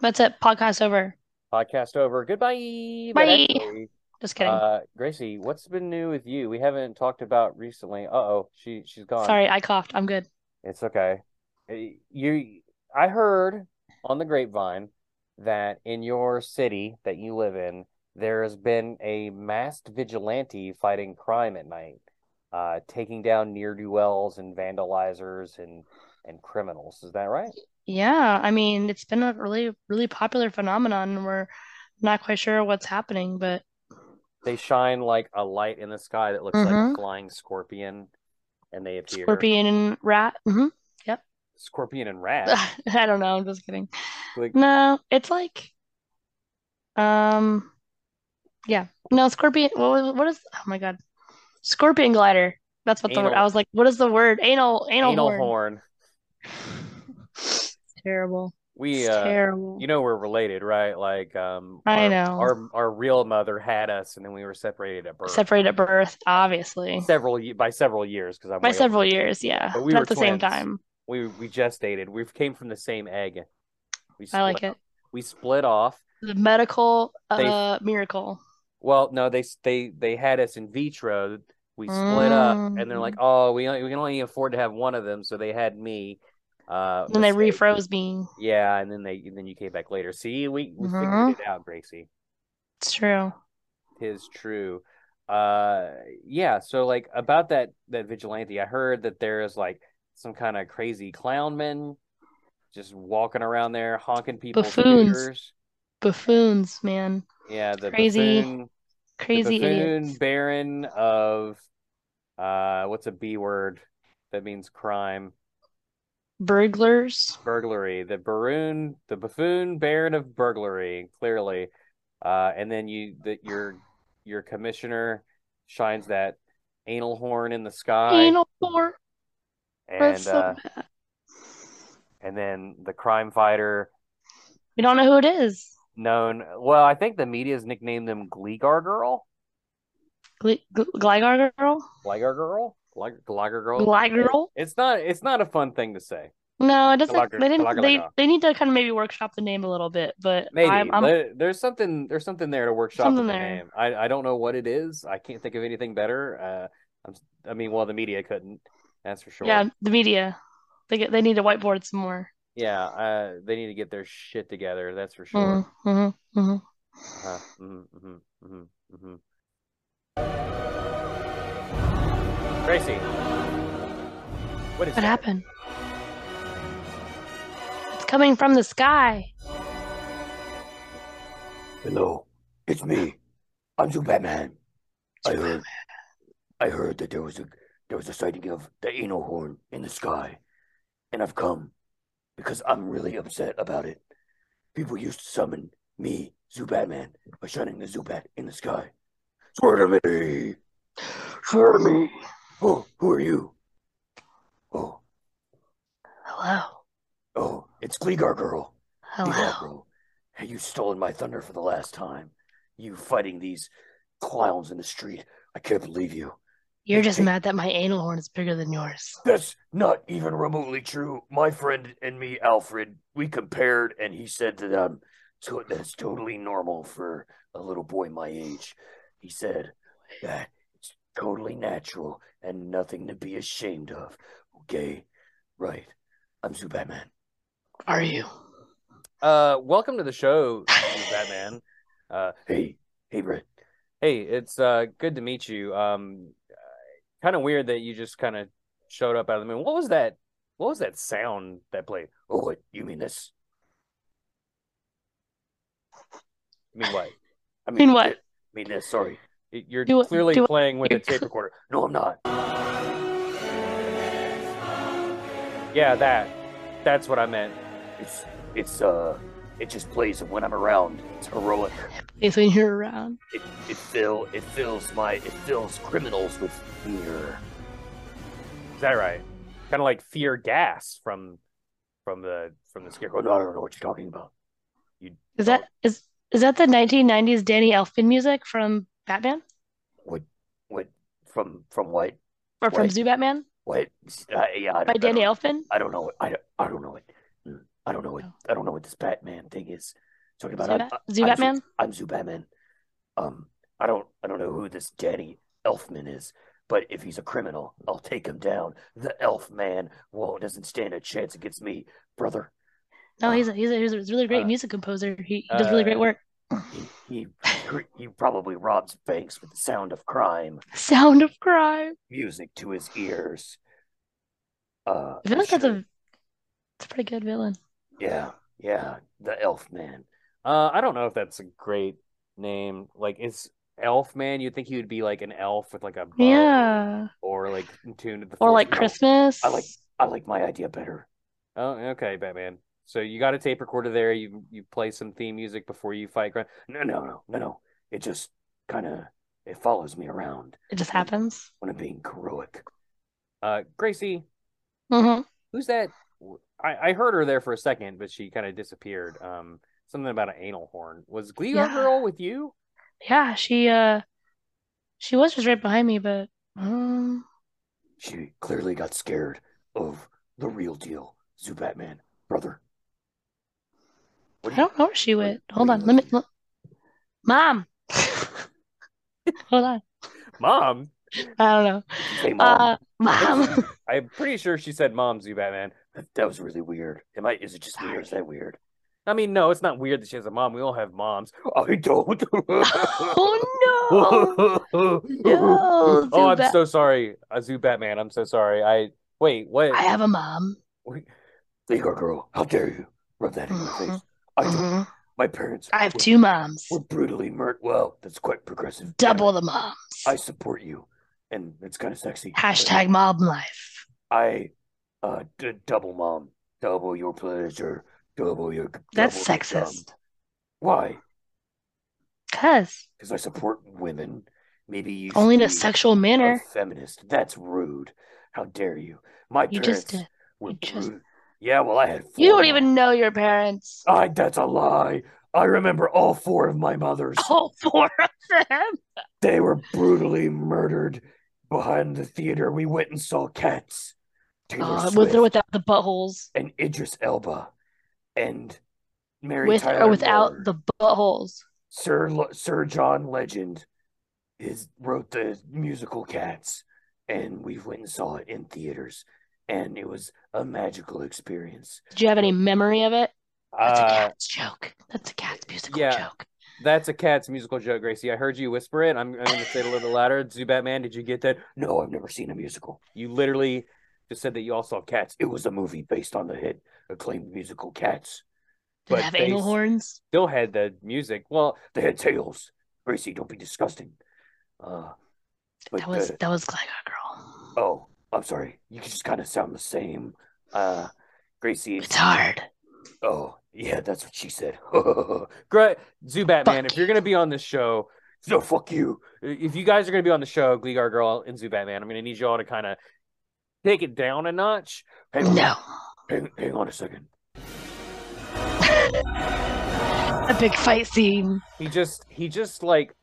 [SPEAKER 2] That's it. Podcast over.
[SPEAKER 1] Podcast over. Goodbye.
[SPEAKER 2] Bye.
[SPEAKER 1] Actually,
[SPEAKER 2] Just kidding.
[SPEAKER 1] Uh, Gracie, what's been new with you? We haven't talked about recently. Uh oh, she she's gone.
[SPEAKER 2] Sorry, I coughed. I'm good.
[SPEAKER 1] It's okay. Uh, You, I heard on the grapevine that in your city that you live in, there has been a masked vigilante fighting crime at night, uh, taking down near do wells and vandalizers and and criminals. Is that right?
[SPEAKER 2] Yeah, I mean, it's been a really, really popular phenomenon where not quite sure what's happening, but
[SPEAKER 1] They shine like a light in the sky that looks like a
[SPEAKER 2] Mhm.
[SPEAKER 1] flying scorpion, and they appear.
[SPEAKER 2] scorpion and rat. hmm
[SPEAKER 1] Scorpion and rat.
[SPEAKER 2] <laughs> I don't know. I'm just kidding.
[SPEAKER 1] Like-
[SPEAKER 2] No, it's like, um, yeah. No, scorpion. What was, what is? Oh my God, scorpion glider. That's what the word. I
[SPEAKER 1] Anal-
[SPEAKER 2] was like, what is the word? Anal, anal
[SPEAKER 1] Anal
[SPEAKER 2] horn. <sighs>
[SPEAKER 1] horn.
[SPEAKER 2] Terrible.
[SPEAKER 1] We
[SPEAKER 2] It's
[SPEAKER 1] uh,
[SPEAKER 2] terrible.
[SPEAKER 1] you know we're related, right? Like um
[SPEAKER 2] I
[SPEAKER 1] our,
[SPEAKER 2] know.
[SPEAKER 1] our our real mother had us and then we were separated at birth.
[SPEAKER 2] Separated at birth, obviously.
[SPEAKER 1] Several ye- by several years because I'm
[SPEAKER 2] By
[SPEAKER 1] way
[SPEAKER 2] several years, yeah.
[SPEAKER 1] But we
[SPEAKER 2] Not
[SPEAKER 1] were
[SPEAKER 2] at the same
[SPEAKER 1] twins.
[SPEAKER 2] time.
[SPEAKER 1] older. we we gestated. We came from the same egg. We
[SPEAKER 2] I like
[SPEAKER 1] split-
[SPEAKER 2] it.
[SPEAKER 1] We split off.
[SPEAKER 2] The medical
[SPEAKER 1] They-
[SPEAKER 2] uh miracle.
[SPEAKER 1] Well, no, they they they had us in vitro. We split up, and they're
[SPEAKER 2] Mm.
[SPEAKER 1] like, "Oh, we only- we can only afford to have one of them," so they had me. Uh,
[SPEAKER 2] Then they
[SPEAKER 1] mistake.
[SPEAKER 2] refroze me.
[SPEAKER 1] Yeah, and then they and then you came back later. See, we we
[SPEAKER 2] Mhm.
[SPEAKER 1] figured it out, Gracie.
[SPEAKER 2] It's true.
[SPEAKER 1] Tis true. Uh, yeah. So like about that that vigilante, I heard that there is like some kind of crazy clownman just walking around there honking people's
[SPEAKER 2] Buffoons.
[SPEAKER 1] scooters.
[SPEAKER 2] Buffoons, man.
[SPEAKER 1] Yeah, the
[SPEAKER 2] Crazy
[SPEAKER 1] buffoon. the
[SPEAKER 2] Crazy
[SPEAKER 1] buffoon
[SPEAKER 2] idiots.
[SPEAKER 1] baron of uh what's a b word that means crime
[SPEAKER 2] Burglars.
[SPEAKER 1] burglary the baroon the buffoon baron of burglary clearly uh and then you that your your commissioner shines that anal horn in the sky
[SPEAKER 2] Anal horn.
[SPEAKER 1] and
[SPEAKER 2] That's so
[SPEAKER 1] uh
[SPEAKER 2] bad.
[SPEAKER 1] and then the crime fighter
[SPEAKER 2] We don't know who it is.
[SPEAKER 1] known well i think the media's nicknamed them gleegar girl
[SPEAKER 2] Gl- gl- Gligar girl?
[SPEAKER 1] gligar girl Glig- gligar girl
[SPEAKER 2] Gligar?
[SPEAKER 1] it's not it's not a fun thing to say
[SPEAKER 2] No, it doesn't.
[SPEAKER 1] Gligar-
[SPEAKER 2] They didn't.
[SPEAKER 1] Gligar
[SPEAKER 2] They
[SPEAKER 1] girl.
[SPEAKER 2] they need to kind of maybe workshop the name a little bit, but
[SPEAKER 1] Maybe
[SPEAKER 2] I'm I'm
[SPEAKER 1] There- there's something there's something there to workshop
[SPEAKER 2] Something
[SPEAKER 1] in the
[SPEAKER 2] there.
[SPEAKER 1] name. I I don't know what it is. I can't think of anything better. Uh, I'm I mean, well, the media couldn't. That's for sure.
[SPEAKER 2] yeah the media. They get, they need to whiteboard some more.
[SPEAKER 1] Yeah. Uh, they need to get their shit together. That's for sure.
[SPEAKER 2] Mhm, mhm, mhm.
[SPEAKER 1] Uh-huh. Mhm, mhm, mhm, mhm. Gracie, mm-hmm. what is
[SPEAKER 2] What
[SPEAKER 1] that?
[SPEAKER 2] happened? It's coming from the sky.
[SPEAKER 3] Hello, it's me. I'm Superman. I heard, I heard that there was a there was a sighting of the anal horn in the sky, and I've come because I'm really upset about it. People used to summon me, Zubatman, by shining the Zubat in the sky. Swear to me. Swear to me. Oh, who are you? Oh,
[SPEAKER 2] Hello.
[SPEAKER 3] oh, it's Gleegar Girl. Yeah,
[SPEAKER 2] Hello.
[SPEAKER 3] bro. Hey, you stolen my thunder for the last time. You fighting these clowns in the street. I can't believe you.
[SPEAKER 2] You're just mad that my anal horn is bigger than yours.
[SPEAKER 3] That's not even remotely true. My friend and me, Alfred, we compared, and he said that um, to- that's totally normal for a little boy my age. He said that it's totally natural and nothing to be ashamed of. Okay, right. I'm Zubatman.
[SPEAKER 2] Are you?
[SPEAKER 1] Uh, welcome to the show, Batman. Uh,
[SPEAKER 3] Hey, hey, Brett.
[SPEAKER 1] Hey, it's uh good to meet you. Um, kind of weird that you just kind of showed up out of the moon. What was that? What was that sound that played?
[SPEAKER 3] Oh, what? You mean this?
[SPEAKER 1] I mean, what?
[SPEAKER 3] I
[SPEAKER 2] mean what?
[SPEAKER 3] I mean this. Sorry.
[SPEAKER 1] Y- You're
[SPEAKER 2] Do it-
[SPEAKER 1] clearly
[SPEAKER 2] do it-
[SPEAKER 1] playing with a
[SPEAKER 2] you're
[SPEAKER 1] tape
[SPEAKER 2] cl-
[SPEAKER 1] recorder.
[SPEAKER 3] No, I'm not.
[SPEAKER 1] Yeah, that. That's what I meant.
[SPEAKER 3] It's it's uh it just plays when I'm around. It's heroic.
[SPEAKER 2] It's when you're around.
[SPEAKER 3] It it fill it fills my it fills criminals with fear.
[SPEAKER 1] Is that right? Kind of like fear gas from from the from the
[SPEAKER 3] Oh,
[SPEAKER 1] scarecrow.
[SPEAKER 3] no, I don't know what you're talking about.
[SPEAKER 2] Is that is is that the 1990s Danny Elfman music from Batman
[SPEAKER 3] What what from from what
[SPEAKER 2] or from
[SPEAKER 3] Wait.
[SPEAKER 2] Zoo Batman
[SPEAKER 3] what? Uh, yeah, I don't,
[SPEAKER 2] by
[SPEAKER 3] I
[SPEAKER 2] Danny
[SPEAKER 3] don't-
[SPEAKER 2] Elfman?
[SPEAKER 3] I don't know. What, I don't, I don't know what. mm, I don't know what.
[SPEAKER 2] Oh.
[SPEAKER 3] I don't know what this Batman thing is talking about.
[SPEAKER 2] Zoo,
[SPEAKER 3] I'm,
[SPEAKER 2] Bat- Zoo
[SPEAKER 3] I- I-
[SPEAKER 2] Batman.
[SPEAKER 3] I'm Zoo Batman. Um, I don't I don't know who this Danny Elfman is, but if he's a criminal, I'll take him down. The Elf Man, whoa, doesn't stand a chance against me, brother.
[SPEAKER 2] No, he's a he's a, he's a really great
[SPEAKER 1] uh,
[SPEAKER 2] music composer. He, he does really great
[SPEAKER 1] uh,
[SPEAKER 2] work. <laughs>
[SPEAKER 3] He he, he probably robs banks with the sound of crime
[SPEAKER 2] Sound of Crime.
[SPEAKER 3] music to his ears. Uh,
[SPEAKER 2] I feel like that's
[SPEAKER 3] sure.
[SPEAKER 2] a it's a pretty good villain.
[SPEAKER 3] yeah, yeah, the Elf Man.
[SPEAKER 1] Uh, I don't know if that's a great name. Like, it's Elf Man. You'd think he would be like an elf with like a bow
[SPEAKER 2] Yeah.
[SPEAKER 1] or like in tune to the
[SPEAKER 2] Or
[SPEAKER 1] force.
[SPEAKER 2] like
[SPEAKER 1] No.
[SPEAKER 2] Christmas.
[SPEAKER 3] Uh, I like- I like my idea better.
[SPEAKER 1] Oh, okay, Batman. So you got a tape recorder there. You you play some theme music before you fight. Grunt.
[SPEAKER 3] No, no, no, no, no. It just kind of it follows me around
[SPEAKER 2] It just happens.
[SPEAKER 3] when I'm being heroic.
[SPEAKER 1] Uh, Gracie,
[SPEAKER 2] hmm
[SPEAKER 1] who's that? I, I heard her there for a second, but she kind of disappeared. Um, something about an anal horn. Was Glee Girl
[SPEAKER 2] Yeah.
[SPEAKER 1] Girl with you?
[SPEAKER 2] Yeah, she uh she was just right behind me, but um
[SPEAKER 3] She clearly got scared of the real deal, Zoo Batman, brother. What
[SPEAKER 2] I
[SPEAKER 3] do you-
[SPEAKER 2] don't know where she went.
[SPEAKER 3] what
[SPEAKER 2] Hold
[SPEAKER 3] are
[SPEAKER 2] on.
[SPEAKER 3] you
[SPEAKER 2] Let me
[SPEAKER 3] listening?
[SPEAKER 2] let, Mom. Hold on. <laughs>
[SPEAKER 1] Mom,
[SPEAKER 2] I don't know.
[SPEAKER 3] Did you say mom?
[SPEAKER 2] Uh,
[SPEAKER 3] <laughs>
[SPEAKER 2] mom.
[SPEAKER 1] I'm pretty sure she said "Mom, Zoo Batman."
[SPEAKER 2] Uh,
[SPEAKER 3] That- That was really weird. Am I? Is it just me or is that weird?
[SPEAKER 1] I mean, no, it's not weird that she has a mom. We all have moms.
[SPEAKER 3] I don't.
[SPEAKER 2] <laughs>
[SPEAKER 3] <laughs>
[SPEAKER 2] Oh
[SPEAKER 1] <laughs>
[SPEAKER 2] no. No,
[SPEAKER 1] Oh,
[SPEAKER 2] Zoo
[SPEAKER 1] I'm
[SPEAKER 2] Bat-
[SPEAKER 1] so sorry, uh, Zoo Batman. I'm so sorry. I wait, what?
[SPEAKER 2] I have a mom.
[SPEAKER 3] Igor girl, how dare you rub that in my face?
[SPEAKER 2] Mhm.
[SPEAKER 3] I don't,
[SPEAKER 2] Mhm.
[SPEAKER 3] my parents.
[SPEAKER 2] I have
[SPEAKER 3] were-
[SPEAKER 2] two moms.
[SPEAKER 3] Were brutally murdered. Well, that's quite progressive.
[SPEAKER 2] Double the moms.
[SPEAKER 3] I support you, and it's kind of sexy. but
[SPEAKER 2] Hashtag mom life.
[SPEAKER 3] I, uh, d- double mom, double your pleasure, double your.
[SPEAKER 2] That's
[SPEAKER 3] double your dumb.
[SPEAKER 2] sexist.
[SPEAKER 3] Why?
[SPEAKER 2] Cause
[SPEAKER 3] Because I support women. Maybe you
[SPEAKER 2] only in
[SPEAKER 3] should
[SPEAKER 2] a
[SPEAKER 3] be
[SPEAKER 2] sexual manner.
[SPEAKER 3] feminist. That's rude. How dare you? My
[SPEAKER 2] You
[SPEAKER 3] parents
[SPEAKER 2] just did.
[SPEAKER 3] were
[SPEAKER 2] you just-
[SPEAKER 3] rude. Yeah, well, I had. Four
[SPEAKER 2] You don't
[SPEAKER 3] moms.
[SPEAKER 2] even know your parents.
[SPEAKER 3] I. That's a lie. I remember all four of my mothers.
[SPEAKER 2] <laughs> All four of them.
[SPEAKER 3] They were brutally murdered behind the theater. We went and saw Cats. Taylor
[SPEAKER 2] Uh, with
[SPEAKER 3] Swift
[SPEAKER 2] or without the buttholes.
[SPEAKER 3] and Idris Elba, and Mary
[SPEAKER 2] With
[SPEAKER 3] Tyler
[SPEAKER 2] or without
[SPEAKER 3] Moore.
[SPEAKER 2] the buttholes.
[SPEAKER 3] Sir Lo- Sir John Legend is wrote the musical Cats, and we went and saw it in theaters, and it was a magical experience.
[SPEAKER 2] Did you have any memory of it? That's a
[SPEAKER 1] Uh,
[SPEAKER 2] cat's joke. That's a cat's musical
[SPEAKER 1] yeah.
[SPEAKER 2] joke.
[SPEAKER 1] that's a cat's musical joke, Gracie. I heard you whisper it. I'm, I'm going to say it a little louder. Zoo Batman, did you get that?
[SPEAKER 3] No, I've never seen a musical.
[SPEAKER 1] You literally just said that you all saw cats.
[SPEAKER 3] It was a movie based on the hit acclaimed musical Cats.
[SPEAKER 2] Did
[SPEAKER 1] But
[SPEAKER 2] it have
[SPEAKER 1] they
[SPEAKER 2] anal
[SPEAKER 1] s-
[SPEAKER 2] horns?
[SPEAKER 1] Still had the music. Well,
[SPEAKER 3] They had tails. Gracie, don't be disgusting. Uh, but
[SPEAKER 2] That was
[SPEAKER 3] the-
[SPEAKER 2] that was Gligar Girl.
[SPEAKER 3] oh, I'm sorry. You just kind of sound the same. Uh, Gracie,
[SPEAKER 2] It's hard.
[SPEAKER 3] Oh, yeah, that's what she said. <laughs>
[SPEAKER 1] Gr- Zoo Batman,
[SPEAKER 2] Fuck
[SPEAKER 1] if you're going to be on this show,
[SPEAKER 3] no, fuck you.
[SPEAKER 1] if you guys are going to be on the show, Gleegar Girl and Zoo Batman, I'm going to need you all to kind of take it down a notch.
[SPEAKER 3] Hang on,
[SPEAKER 2] No.
[SPEAKER 3] hang, hang on a second.
[SPEAKER 2] A big fight scene
[SPEAKER 1] He just, he just like,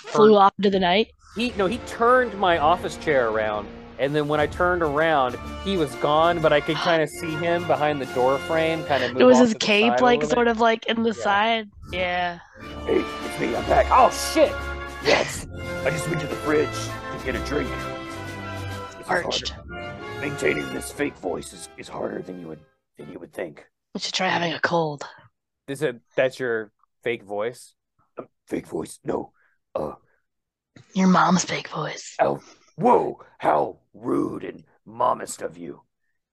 [SPEAKER 2] flew off into the night.
[SPEAKER 1] he, no, he turned my office chair around. And then when I turned around, he was gone, but I could kind of see him behind the door frame, kind of.
[SPEAKER 2] It was his cape like sort of like in the
[SPEAKER 1] Yeah.
[SPEAKER 2] side. Yeah.
[SPEAKER 3] Hey, it's me, I'm back. Oh, shit. Yes, I just went to the fridge to get a drink. This is harder.
[SPEAKER 2] Arched.
[SPEAKER 3] Maintaining this fake voice is, is harder than you would than you would think.
[SPEAKER 2] We should try having a cold.
[SPEAKER 1] This is that's your fake voice.
[SPEAKER 3] Um, fake voice? No. Uh,
[SPEAKER 2] Your mom's fake voice.
[SPEAKER 3] whoa, how rude and mommist of you.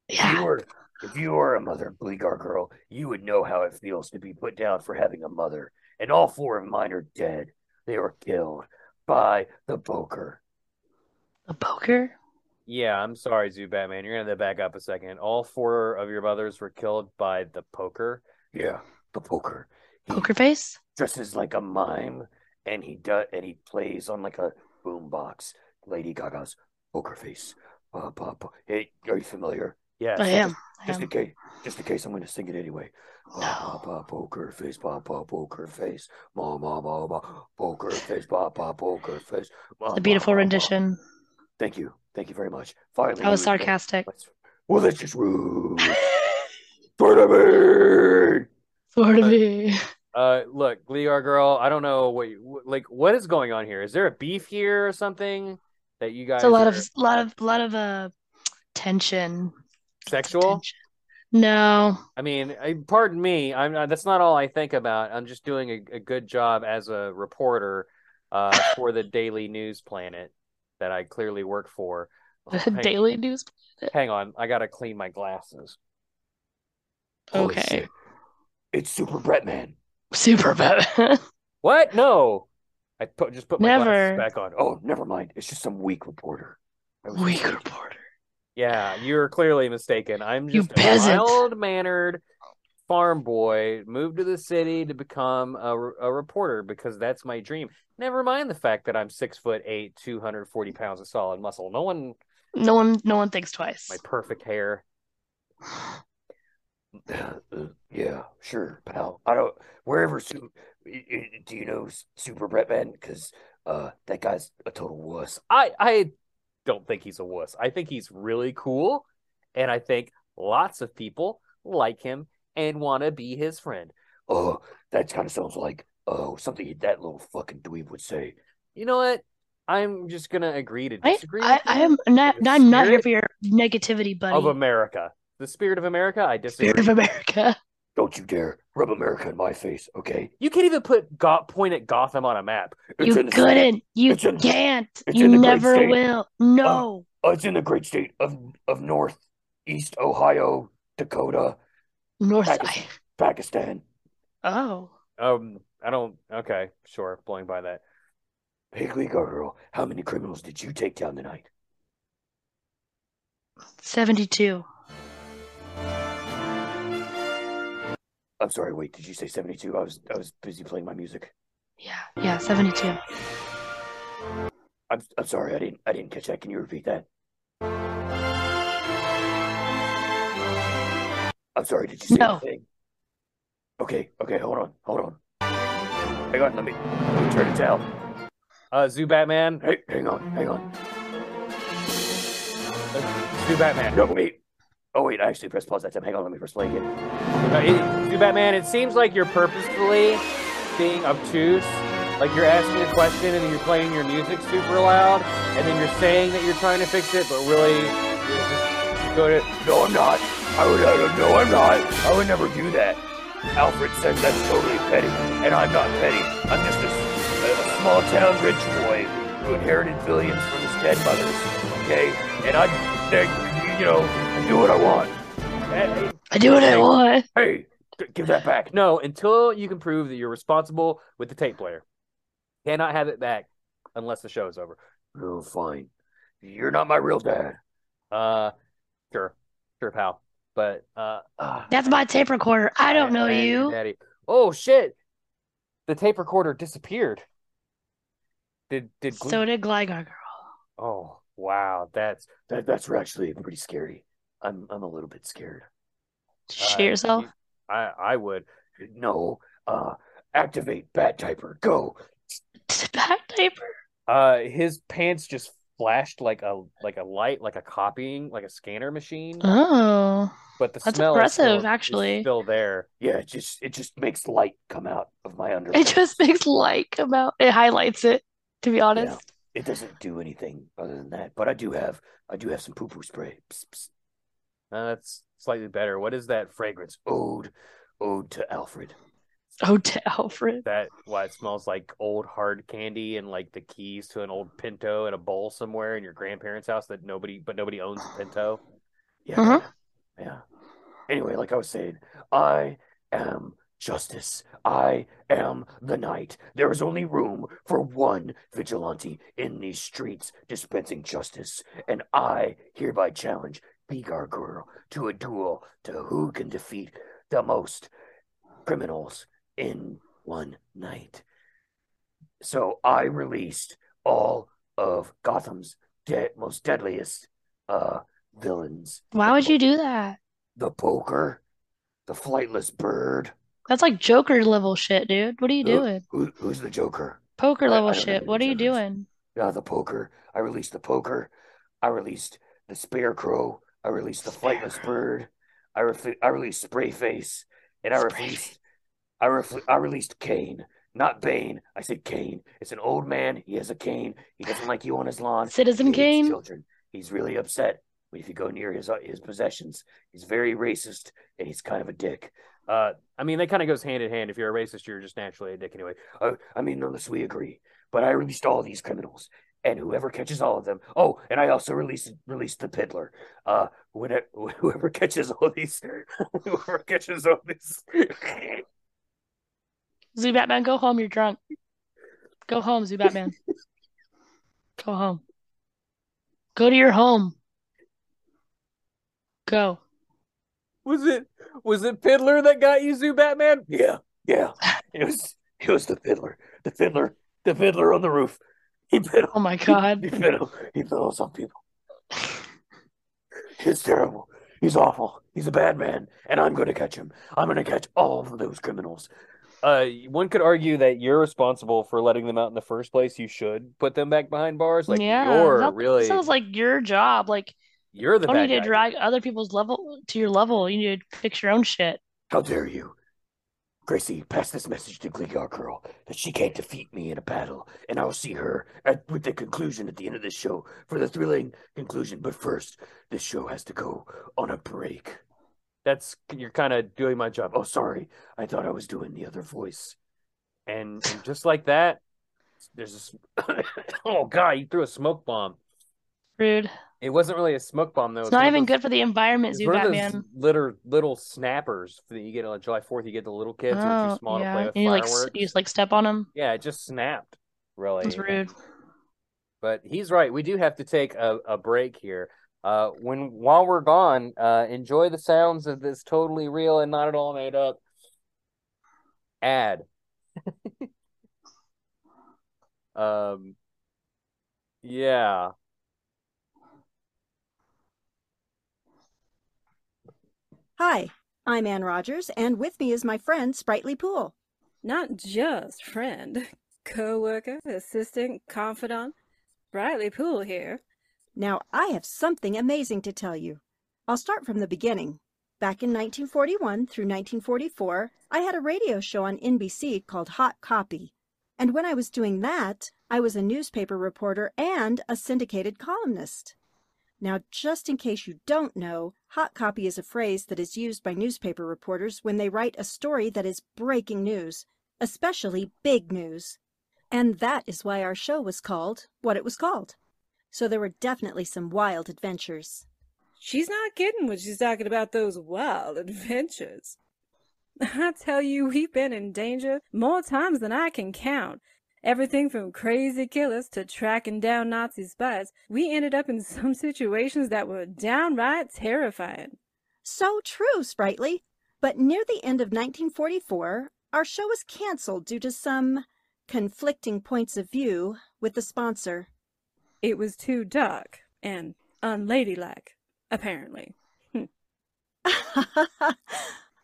[SPEAKER 3] If you
[SPEAKER 2] Yeah.
[SPEAKER 3] were, if you were a mother, Bleegar girl, you would know how it feels to be put down for having a mother. And all four of mine are dead. They were killed by the Boker.
[SPEAKER 2] A poker?
[SPEAKER 1] Yeah, I'm sorry, Zoo Batman. You're gonna have to back up a second. All four of your brothers were killed by the poker.
[SPEAKER 3] Yeah, the Boker. He
[SPEAKER 2] Poker face?
[SPEAKER 3] dresses like a mime, and he does, and he plays on like a boombox. Lady Gaga's Poker Face. Uh, ba- ba- Hey, are you familiar?
[SPEAKER 1] Yes.
[SPEAKER 2] I am. I
[SPEAKER 3] Just
[SPEAKER 2] am.
[SPEAKER 3] in case, just in case, I'm going to sing it anyway.
[SPEAKER 2] No.
[SPEAKER 3] Papa Ah, poker face, papa poker face, mama mama poker face, papa poker face.
[SPEAKER 2] It's
[SPEAKER 3] mama,
[SPEAKER 2] a beautiful
[SPEAKER 3] mama.
[SPEAKER 2] rendition.
[SPEAKER 3] Thank you, thank you very much. Finally,
[SPEAKER 2] I was
[SPEAKER 3] we-
[SPEAKER 2] sarcastic.
[SPEAKER 3] Well, that's just rude.
[SPEAKER 2] <laughs>
[SPEAKER 3] Tournament.
[SPEAKER 2] Sort of me.
[SPEAKER 1] Uh, look, Gleegar girl. I don't know what you, wh- like. What is going on here? Is there a beef here or something that you guys?
[SPEAKER 2] It's a lot
[SPEAKER 1] are
[SPEAKER 2] of lot of lot of uh tension.
[SPEAKER 1] sexual.
[SPEAKER 2] Tension. No.
[SPEAKER 1] I mean, I, pardon me. I'm not, that's not all I think about. I'm just doing a, a good job as a reporter, uh, for the Daily News Planet that I clearly work for.
[SPEAKER 2] <laughs>
[SPEAKER 1] Oh,
[SPEAKER 3] Oh,
[SPEAKER 2] The
[SPEAKER 1] Hang-
[SPEAKER 2] Daily News.
[SPEAKER 1] Hang on, I gotta clean my glasses.
[SPEAKER 3] Holy
[SPEAKER 2] Okay.
[SPEAKER 3] shit. It's Super Brett Man.
[SPEAKER 2] Super Batman.
[SPEAKER 1] What? No. I put, just put my
[SPEAKER 2] Never.
[SPEAKER 1] glasses back on. Oh,
[SPEAKER 3] Oh, never mind. It's just some weak reporter. I was
[SPEAKER 2] <laughs> Weak
[SPEAKER 3] mistaken.
[SPEAKER 2] reporter.
[SPEAKER 1] yeah, you're clearly mistaken. I'm
[SPEAKER 2] You
[SPEAKER 1] just a
[SPEAKER 2] peasant.
[SPEAKER 1] mild-mannered farm boy moved to the city to become a, a reporter because that's my dream. Never mind the fact that I'm six foot eight, 240 pounds of solid muscle. No one,
[SPEAKER 2] No one, no one thinks twice.
[SPEAKER 1] my perfect hair.
[SPEAKER 3] Uh, yeah, sure, pal. I don't. Wherever, su- i- i- do you know S- Super Batman? Because uh, that guy's a total wuss.
[SPEAKER 1] I I don't think he's a wuss. I think he's really cool, and I think lots of people like him and want to be his friend.
[SPEAKER 3] Oh, that kind of sounds like oh something that little fucking dweeb would say.
[SPEAKER 1] You know what? I'm just gonna agree to
[SPEAKER 2] I,
[SPEAKER 1] disagree
[SPEAKER 2] I,
[SPEAKER 1] with
[SPEAKER 2] I
[SPEAKER 1] you
[SPEAKER 2] am not.
[SPEAKER 1] The
[SPEAKER 2] I'm not here
[SPEAKER 1] spirit
[SPEAKER 2] for your negativity, buddy.
[SPEAKER 1] of America, the spirit of America. I disagree.
[SPEAKER 2] Spirit of America.
[SPEAKER 3] Don't you dare rub America in my face, okay?
[SPEAKER 1] you can't even put go- point at Gotham on a map.
[SPEAKER 3] It's
[SPEAKER 2] you
[SPEAKER 3] in the-
[SPEAKER 2] couldn't. You
[SPEAKER 3] it's in-
[SPEAKER 2] can't.
[SPEAKER 3] it's
[SPEAKER 2] You
[SPEAKER 3] in the great
[SPEAKER 2] never
[SPEAKER 3] state.
[SPEAKER 2] will. No.
[SPEAKER 3] Uh, it's in the great state of of North East Ohio, Dakota,
[SPEAKER 2] North.
[SPEAKER 3] Pakistan. Pakistan.
[SPEAKER 2] oh.
[SPEAKER 1] Um, I don't. Okay, sure, blowing by that.
[SPEAKER 3] Higley Girl, how many criminals did you take down tonight?
[SPEAKER 2] 72.
[SPEAKER 3] I'm sorry, wait, did you say 72? I was I was busy playing my music.
[SPEAKER 2] Yeah. Yeah. 72.
[SPEAKER 3] I'm I'm sorry, I didn't I didn't catch that. Can you repeat that? I'm sorry, did you say
[SPEAKER 2] No.
[SPEAKER 3] anything? Okay, okay, hold on, hold on. Hang on, let me, let me turn it down.
[SPEAKER 1] Uh, Zoo Batman, <laughs>
[SPEAKER 3] Hey, hang on, hang on.
[SPEAKER 1] Zoo Batman,
[SPEAKER 3] No, wait. Oh wait, I actually pressed pause that time. Hang on, let me press play again.
[SPEAKER 1] Uh, it- Zoo Batman. It seems like you're purposefully being obtuse. Like you're asking a question and then you're playing your music super loud, and then you're saying that you're trying to fix it, but really, you're just go to
[SPEAKER 3] No, I'm not. I would, I don't, no, I'm not. I would never do that. Alfred said that's totally petty, and I'm not petty. I'm just a, s- a- a small town rich boy who inherited billions from his dead mothers. Okay, and I, they, you know, I do what I want.
[SPEAKER 1] Eh, eh,
[SPEAKER 2] I do what I
[SPEAKER 3] Hey.
[SPEAKER 2] want.
[SPEAKER 3] Hey, g- give that back.
[SPEAKER 1] No, until you can prove that you're responsible with the tape player. Cannot have it back unless the show is over.
[SPEAKER 3] No, fine. You're not my real dad.
[SPEAKER 1] Uh, sure, sure, pal. But uh,
[SPEAKER 3] Ah,
[SPEAKER 2] That's my tape recorder. I don't know
[SPEAKER 1] am your
[SPEAKER 2] you.
[SPEAKER 1] daddy. Oh shit! The tape recorder disappeared. Did did Glee-
[SPEAKER 2] So did Gligar Girl.
[SPEAKER 1] oh wow that's uh,
[SPEAKER 3] that, that's actually pretty scary. I'm, I'm a little bit scared.
[SPEAKER 2] Shit
[SPEAKER 1] uh,
[SPEAKER 2] yourself.
[SPEAKER 1] you- I I would
[SPEAKER 3] No, uh, activate bat typer. Go.
[SPEAKER 2] Back taper.
[SPEAKER 1] uh his pants just flashed like a like a light like a copying like a scanner machine
[SPEAKER 2] Oh.
[SPEAKER 1] but the
[SPEAKER 2] that's
[SPEAKER 1] smell is still-
[SPEAKER 2] impressive,
[SPEAKER 1] is
[SPEAKER 2] actually.
[SPEAKER 1] still there
[SPEAKER 3] Yeah, it just it just makes light come out of my underwear.
[SPEAKER 2] <laughs> It just makes light come out. It highlights it, to be honest.
[SPEAKER 3] It doesn't do anything other than that. But I do have I do have some poo poo spray. Psst, psst.
[SPEAKER 1] Uh, that's slightly better. What is that fragrance?
[SPEAKER 3] Ode, ode to Alfred.
[SPEAKER 2] Oh, to Alfred.
[SPEAKER 1] That why it smells like old hard candy and like the keys to an old Pinto in a bowl somewhere in your grandparents' house that nobody but nobody owns a Pinto.
[SPEAKER 3] Yeah,
[SPEAKER 2] Mhm.
[SPEAKER 3] yeah. Anyway, like I was saying, I am justice. I am the knight. There is only room for one vigilante in these streets dispensing justice, and I hereby challenge Bigar Girl to a duel to who can defeat the most criminals in one night. So I released all of Gotham's de- most deadliest uh, villains
[SPEAKER 2] Why would you do that?
[SPEAKER 3] the poker, the flightless bird.
[SPEAKER 2] That's like Joker level shit, dude. What are you
[SPEAKER 3] Who-
[SPEAKER 2] doing?
[SPEAKER 3] Who, who's the Joker?
[SPEAKER 2] Poker
[SPEAKER 3] I-
[SPEAKER 2] level
[SPEAKER 3] I don't know
[SPEAKER 2] shit.
[SPEAKER 3] who
[SPEAKER 2] What are you
[SPEAKER 3] Joker is.
[SPEAKER 2] doing?
[SPEAKER 3] Yeah, the poker. I released the poker. I released the scarecrow. I released the flightless bird. I refi- I released spray face, and I
[SPEAKER 2] Spray
[SPEAKER 3] released I ref- I released Kane, not Bane. I said Kane. It's an old man. He has a cane. He doesn't like you on his lawn.
[SPEAKER 2] Citizen
[SPEAKER 3] He hates
[SPEAKER 2] Kane?
[SPEAKER 3] children. He's really upset if you go near his uh, his possessions. He's very racist, and he's kind of a dick.
[SPEAKER 1] Uh, I mean that kind of goes hand in hand. If you're a racist, you're just naturally a dick anyway.
[SPEAKER 3] Uh, I mean, unless we agree. But I released all these criminals, and whoever catches all of them. Oh, and I also released released the peddler. Uh, whenever, <laughs> whoever <laughs> catches all these, whoever catches all these,
[SPEAKER 2] Zoo Batman, go home. You're drunk. Go home, Zoo
[SPEAKER 3] <laughs>
[SPEAKER 2] Batman. go home. Go to your home. Go.
[SPEAKER 1] <sighs> Was it was it Fiddler that got you, Zoo Batman?
[SPEAKER 3] <laughs> Yeah, yeah. It was it was the fiddler. The fiddler. The fiddler on the roof. He fiddled.
[SPEAKER 2] Oh my
[SPEAKER 3] <laughs>
[SPEAKER 2] God.
[SPEAKER 3] He fiddled. He fiddled some people. He's terrible. He's awful. He's a bad man. And I'm gonna catch him. I'm gonna catch all of those criminals.
[SPEAKER 1] Uh, one could argue that you're responsible for letting them out in the first place. You should put them back behind bars. Like
[SPEAKER 2] yeah.
[SPEAKER 1] you're
[SPEAKER 2] that- that
[SPEAKER 1] really
[SPEAKER 2] sounds like your job. Like,
[SPEAKER 1] you're the
[SPEAKER 2] you don't
[SPEAKER 1] bad
[SPEAKER 2] need to
[SPEAKER 1] guy.
[SPEAKER 2] drag other people's level to your level. You need to fix your own shit.
[SPEAKER 3] How dare you? Gracie, pass this message to Gligar Girl that she can't defeat me in a battle, and I will see her at, with the conclusion at the end of this show for the thrilling conclusion. But first, this show has to go on a break.
[SPEAKER 1] That's you're kind of doing my job.
[SPEAKER 3] Oh, sorry. I thought I was doing the other voice.
[SPEAKER 1] and, and just like that, there's
[SPEAKER 3] <coughs>
[SPEAKER 1] this. oh god, you threw a smoke bomb.
[SPEAKER 2] Rude.
[SPEAKER 1] It wasn't really a smoke bomb though.
[SPEAKER 2] It's not
[SPEAKER 1] one of
[SPEAKER 2] even
[SPEAKER 1] those-
[SPEAKER 2] good for the environment,
[SPEAKER 1] It's
[SPEAKER 2] Zoo
[SPEAKER 1] one of
[SPEAKER 2] Batman.
[SPEAKER 1] those litter, little snappers that you get on July Fourth. You get the little kids who are
[SPEAKER 2] Oh,
[SPEAKER 1] too small to play with
[SPEAKER 2] And you like s-
[SPEAKER 1] fireworks.
[SPEAKER 2] you just like step on them.
[SPEAKER 1] Yeah, it just snapped. Really,
[SPEAKER 2] It's rude.
[SPEAKER 1] but he's right. We do have to take a, a break here. Uh, when while we're gone, uh, enjoy the sounds of this totally real and not at all made up
[SPEAKER 2] <laughs>
[SPEAKER 1] ad. um, yeah.
[SPEAKER 4] Hi, I'm Ann Rogers, and with me is my friend Sprightly Pool.
[SPEAKER 5] Not just friend, <laughs> co-worker, assistant, confidant. Briley Poole here.
[SPEAKER 4] Now, I have something amazing to tell you. I'll start from the beginning. Back in 1941 through 1944, I had a radio show on NBC called Hot Copy. And when I was doing that, I was a newspaper reporter and a syndicated columnist. Now, just in case you don't know, hot copy is a phrase that is used by newspaper reporters when they write a story that is breaking news, especially big news. And that is why our show was called what it was called. So there were definitely some wild adventures.
[SPEAKER 5] She's not kidding when she's talking about those wild <laughs> adventures. I tell you, we've been in danger more times than I can count. Everything from crazy killers to tracking down Nazi spies, we ended up in <laughs> some situations that were downright terrifying.
[SPEAKER 4] So true, Sprightly. But near the end of 1944, our show was canceled due to some conflicting points of view with the sponsor. <laughs>
[SPEAKER 5] It was too dark and unladylike, apparently.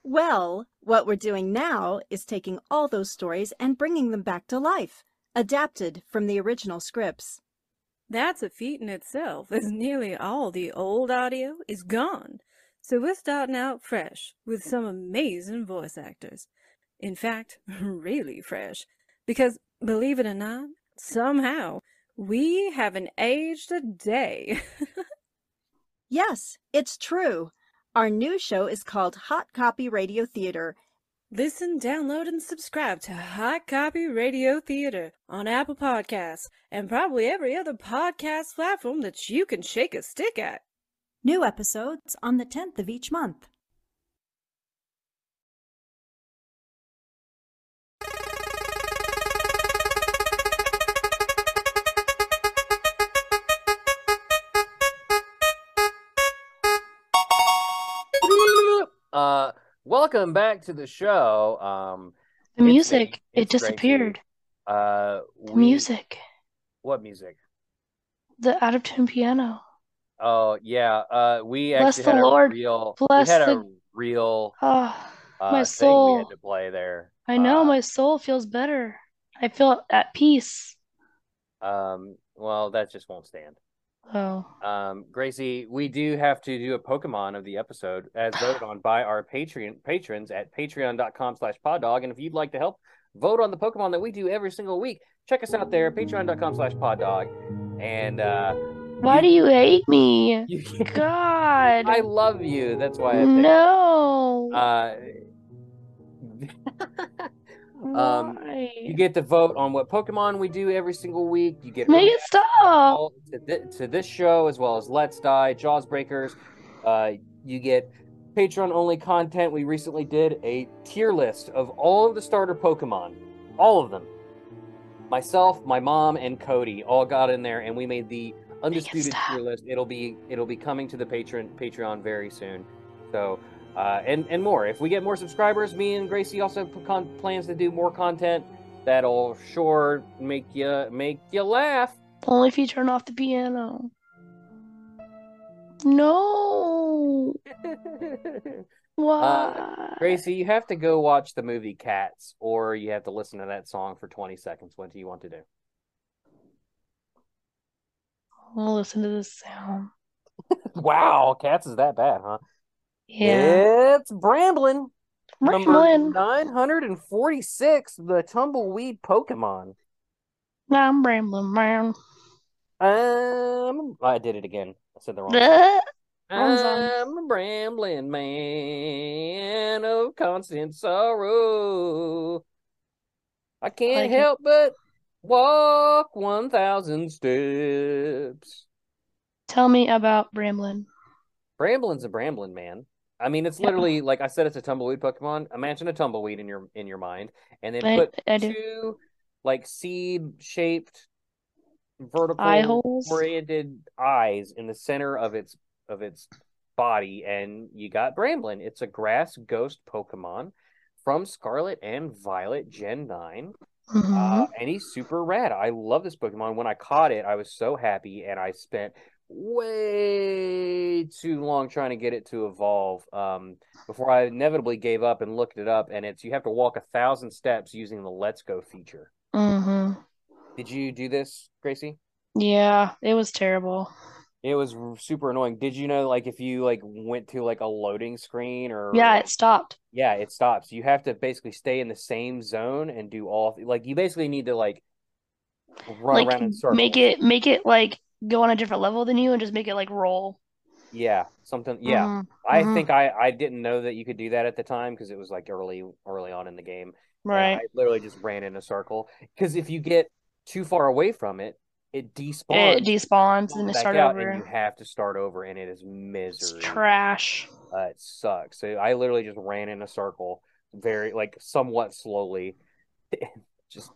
[SPEAKER 4] well, what we're doing now is taking all those stories and bringing them back to life, adapted from the original scripts.
[SPEAKER 5] That's a feat in itself, as nearly all the old audio is gone. So we're starting out fresh with some amazing voice actors. In fact, <laughs> really fresh. Because, believe it or not, somehow, we haven't aged a day. <laughs>
[SPEAKER 4] Yes, it's true. Our new show is called Hot Copy Radio Theater.
[SPEAKER 5] Listen, download, and subscribe to Hot Copy Radio Theater on Apple Podcasts and probably every other podcast platform that you can shake a stick at.
[SPEAKER 4] New episodes on the 10th of each month.
[SPEAKER 1] Uh, welcome back to the show. Um,
[SPEAKER 2] The
[SPEAKER 1] It's
[SPEAKER 2] music,
[SPEAKER 1] great.
[SPEAKER 2] it
[SPEAKER 1] It's great to-
[SPEAKER 2] disappeared.
[SPEAKER 1] uh,
[SPEAKER 2] The
[SPEAKER 1] we-
[SPEAKER 2] music,
[SPEAKER 1] What music?
[SPEAKER 2] the out of tune piano.
[SPEAKER 1] Oh yeah. Uh, we
[SPEAKER 2] Bless
[SPEAKER 1] actually
[SPEAKER 2] the
[SPEAKER 1] had
[SPEAKER 2] Lord.
[SPEAKER 1] a real.
[SPEAKER 2] Bless
[SPEAKER 1] we had a
[SPEAKER 2] the-
[SPEAKER 1] real
[SPEAKER 2] Oh,
[SPEAKER 1] uh,
[SPEAKER 2] my
[SPEAKER 1] thing we
[SPEAKER 2] soul.
[SPEAKER 1] had to play there.
[SPEAKER 2] I know
[SPEAKER 1] Uh,
[SPEAKER 2] my soul feels better. I feel at peace.
[SPEAKER 1] Um, well, that just won't stand.
[SPEAKER 2] Oh,
[SPEAKER 1] Um, Gracie, we do have to do a Pokemon of the episode as voted on by our Patreon patrons at patreon.com slash poddog. And if you'd like to help vote on the Pokemon that we do every single week, check us out there, patreon.com slash poddog. And uh
[SPEAKER 2] why do you hate me?
[SPEAKER 1] <laughs> you
[SPEAKER 2] God,
[SPEAKER 1] I love you. That's why I picked-
[SPEAKER 2] no.
[SPEAKER 1] uh um,
[SPEAKER 2] Why?
[SPEAKER 1] you get to vote on what Pokemon we do every single week. You get
[SPEAKER 2] Make it stop.
[SPEAKER 1] all to, thi- to this show as well as Let's Die, Jaws Breakers. Uh, you get Patreon only content, we recently did a tier list of all of the starter Pokemon. All of them. Myself, my mom, and Cody all got in there and we made the undisputed
[SPEAKER 2] stop.
[SPEAKER 1] tier list. It'll be it'll be coming to the patron Patreon very soon. So uh, and and more. If we get more subscribers, me and Gracie also have con- plans to do more content that'll sure make you make you laugh.
[SPEAKER 2] Only if you turn off the piano. No. Why? <laughs>
[SPEAKER 1] Gracie, you have to go watch the movie Cats, or you have to listen to that song for 20 seconds. What do you want to do? <laughs>
[SPEAKER 2] I'll listen to this sound.
[SPEAKER 1] Wow, Cats is that bad, huh?
[SPEAKER 2] Yeah.
[SPEAKER 1] It's Bramblin, number
[SPEAKER 2] Ramblin'.
[SPEAKER 1] 946, the tumbleweed Pokemon.
[SPEAKER 2] I'm rambling around.
[SPEAKER 1] Um, I did it again. I said the
[SPEAKER 2] <laughs>
[SPEAKER 1] wrong. thing.
[SPEAKER 2] Blah. wrong song.
[SPEAKER 1] I'm a Bramblin man of constant sorrow. I can't
[SPEAKER 2] Like it.
[SPEAKER 1] help but walk 1,000 steps.
[SPEAKER 2] Tell me about Bramblin.
[SPEAKER 1] Bramblin's a Bramblin man. I mean, it's
[SPEAKER 2] Yeah.
[SPEAKER 1] literally like I said, it's a tumbleweed Pokemon. Imagine a tumbleweed in your in your mind, and then
[SPEAKER 2] I,
[SPEAKER 1] put
[SPEAKER 2] I do.
[SPEAKER 1] two like seed shaped vertical
[SPEAKER 2] Eye holes.
[SPEAKER 1] oriented eyes in the center of its of its body, and you got Bramblin. It's a grass ghost Pokemon from Scarlet and Violet Gen Nine.
[SPEAKER 2] Mhm.
[SPEAKER 1] Uh, and he's super rad. I love this Pokemon. When I caught it, I was so happy, and I spent way too long trying to get it to evolve. Um, before I inevitably gave up and looked it up, and it's you have to walk a thousand steps using the Let's Go feature.
[SPEAKER 2] Mhm.
[SPEAKER 1] Did you do this, Gracie?
[SPEAKER 2] Yeah, it was terrible.
[SPEAKER 1] It was r- super annoying. Did you know, like, if you like went to like a loading screen or
[SPEAKER 2] Yeah,
[SPEAKER 1] like,
[SPEAKER 2] it stopped.
[SPEAKER 1] yeah, it stops. You have to basically stay in the same zone and do all like you basically need to like run
[SPEAKER 2] Like
[SPEAKER 1] around in circles.
[SPEAKER 2] make it make it like go on a different level than you and just make it like roll.
[SPEAKER 1] Yeah, something. Yeah,
[SPEAKER 2] Mhm.
[SPEAKER 1] I
[SPEAKER 2] mhm.
[SPEAKER 1] think I I didn't know that you could do that at the time because it was like early early on in the game. and
[SPEAKER 2] Right.
[SPEAKER 1] I literally just ran in a circle because if you get too far away from it, it despawns.
[SPEAKER 2] It despawns and
[SPEAKER 1] comes
[SPEAKER 2] it
[SPEAKER 1] back
[SPEAKER 2] starts
[SPEAKER 1] out,
[SPEAKER 2] over.
[SPEAKER 1] and you have to start over, and it is
[SPEAKER 2] It's
[SPEAKER 1] misery.
[SPEAKER 2] trash.
[SPEAKER 1] Uh, it sucks. So I literally just ran in a circle, very like somewhat slowly, <laughs> just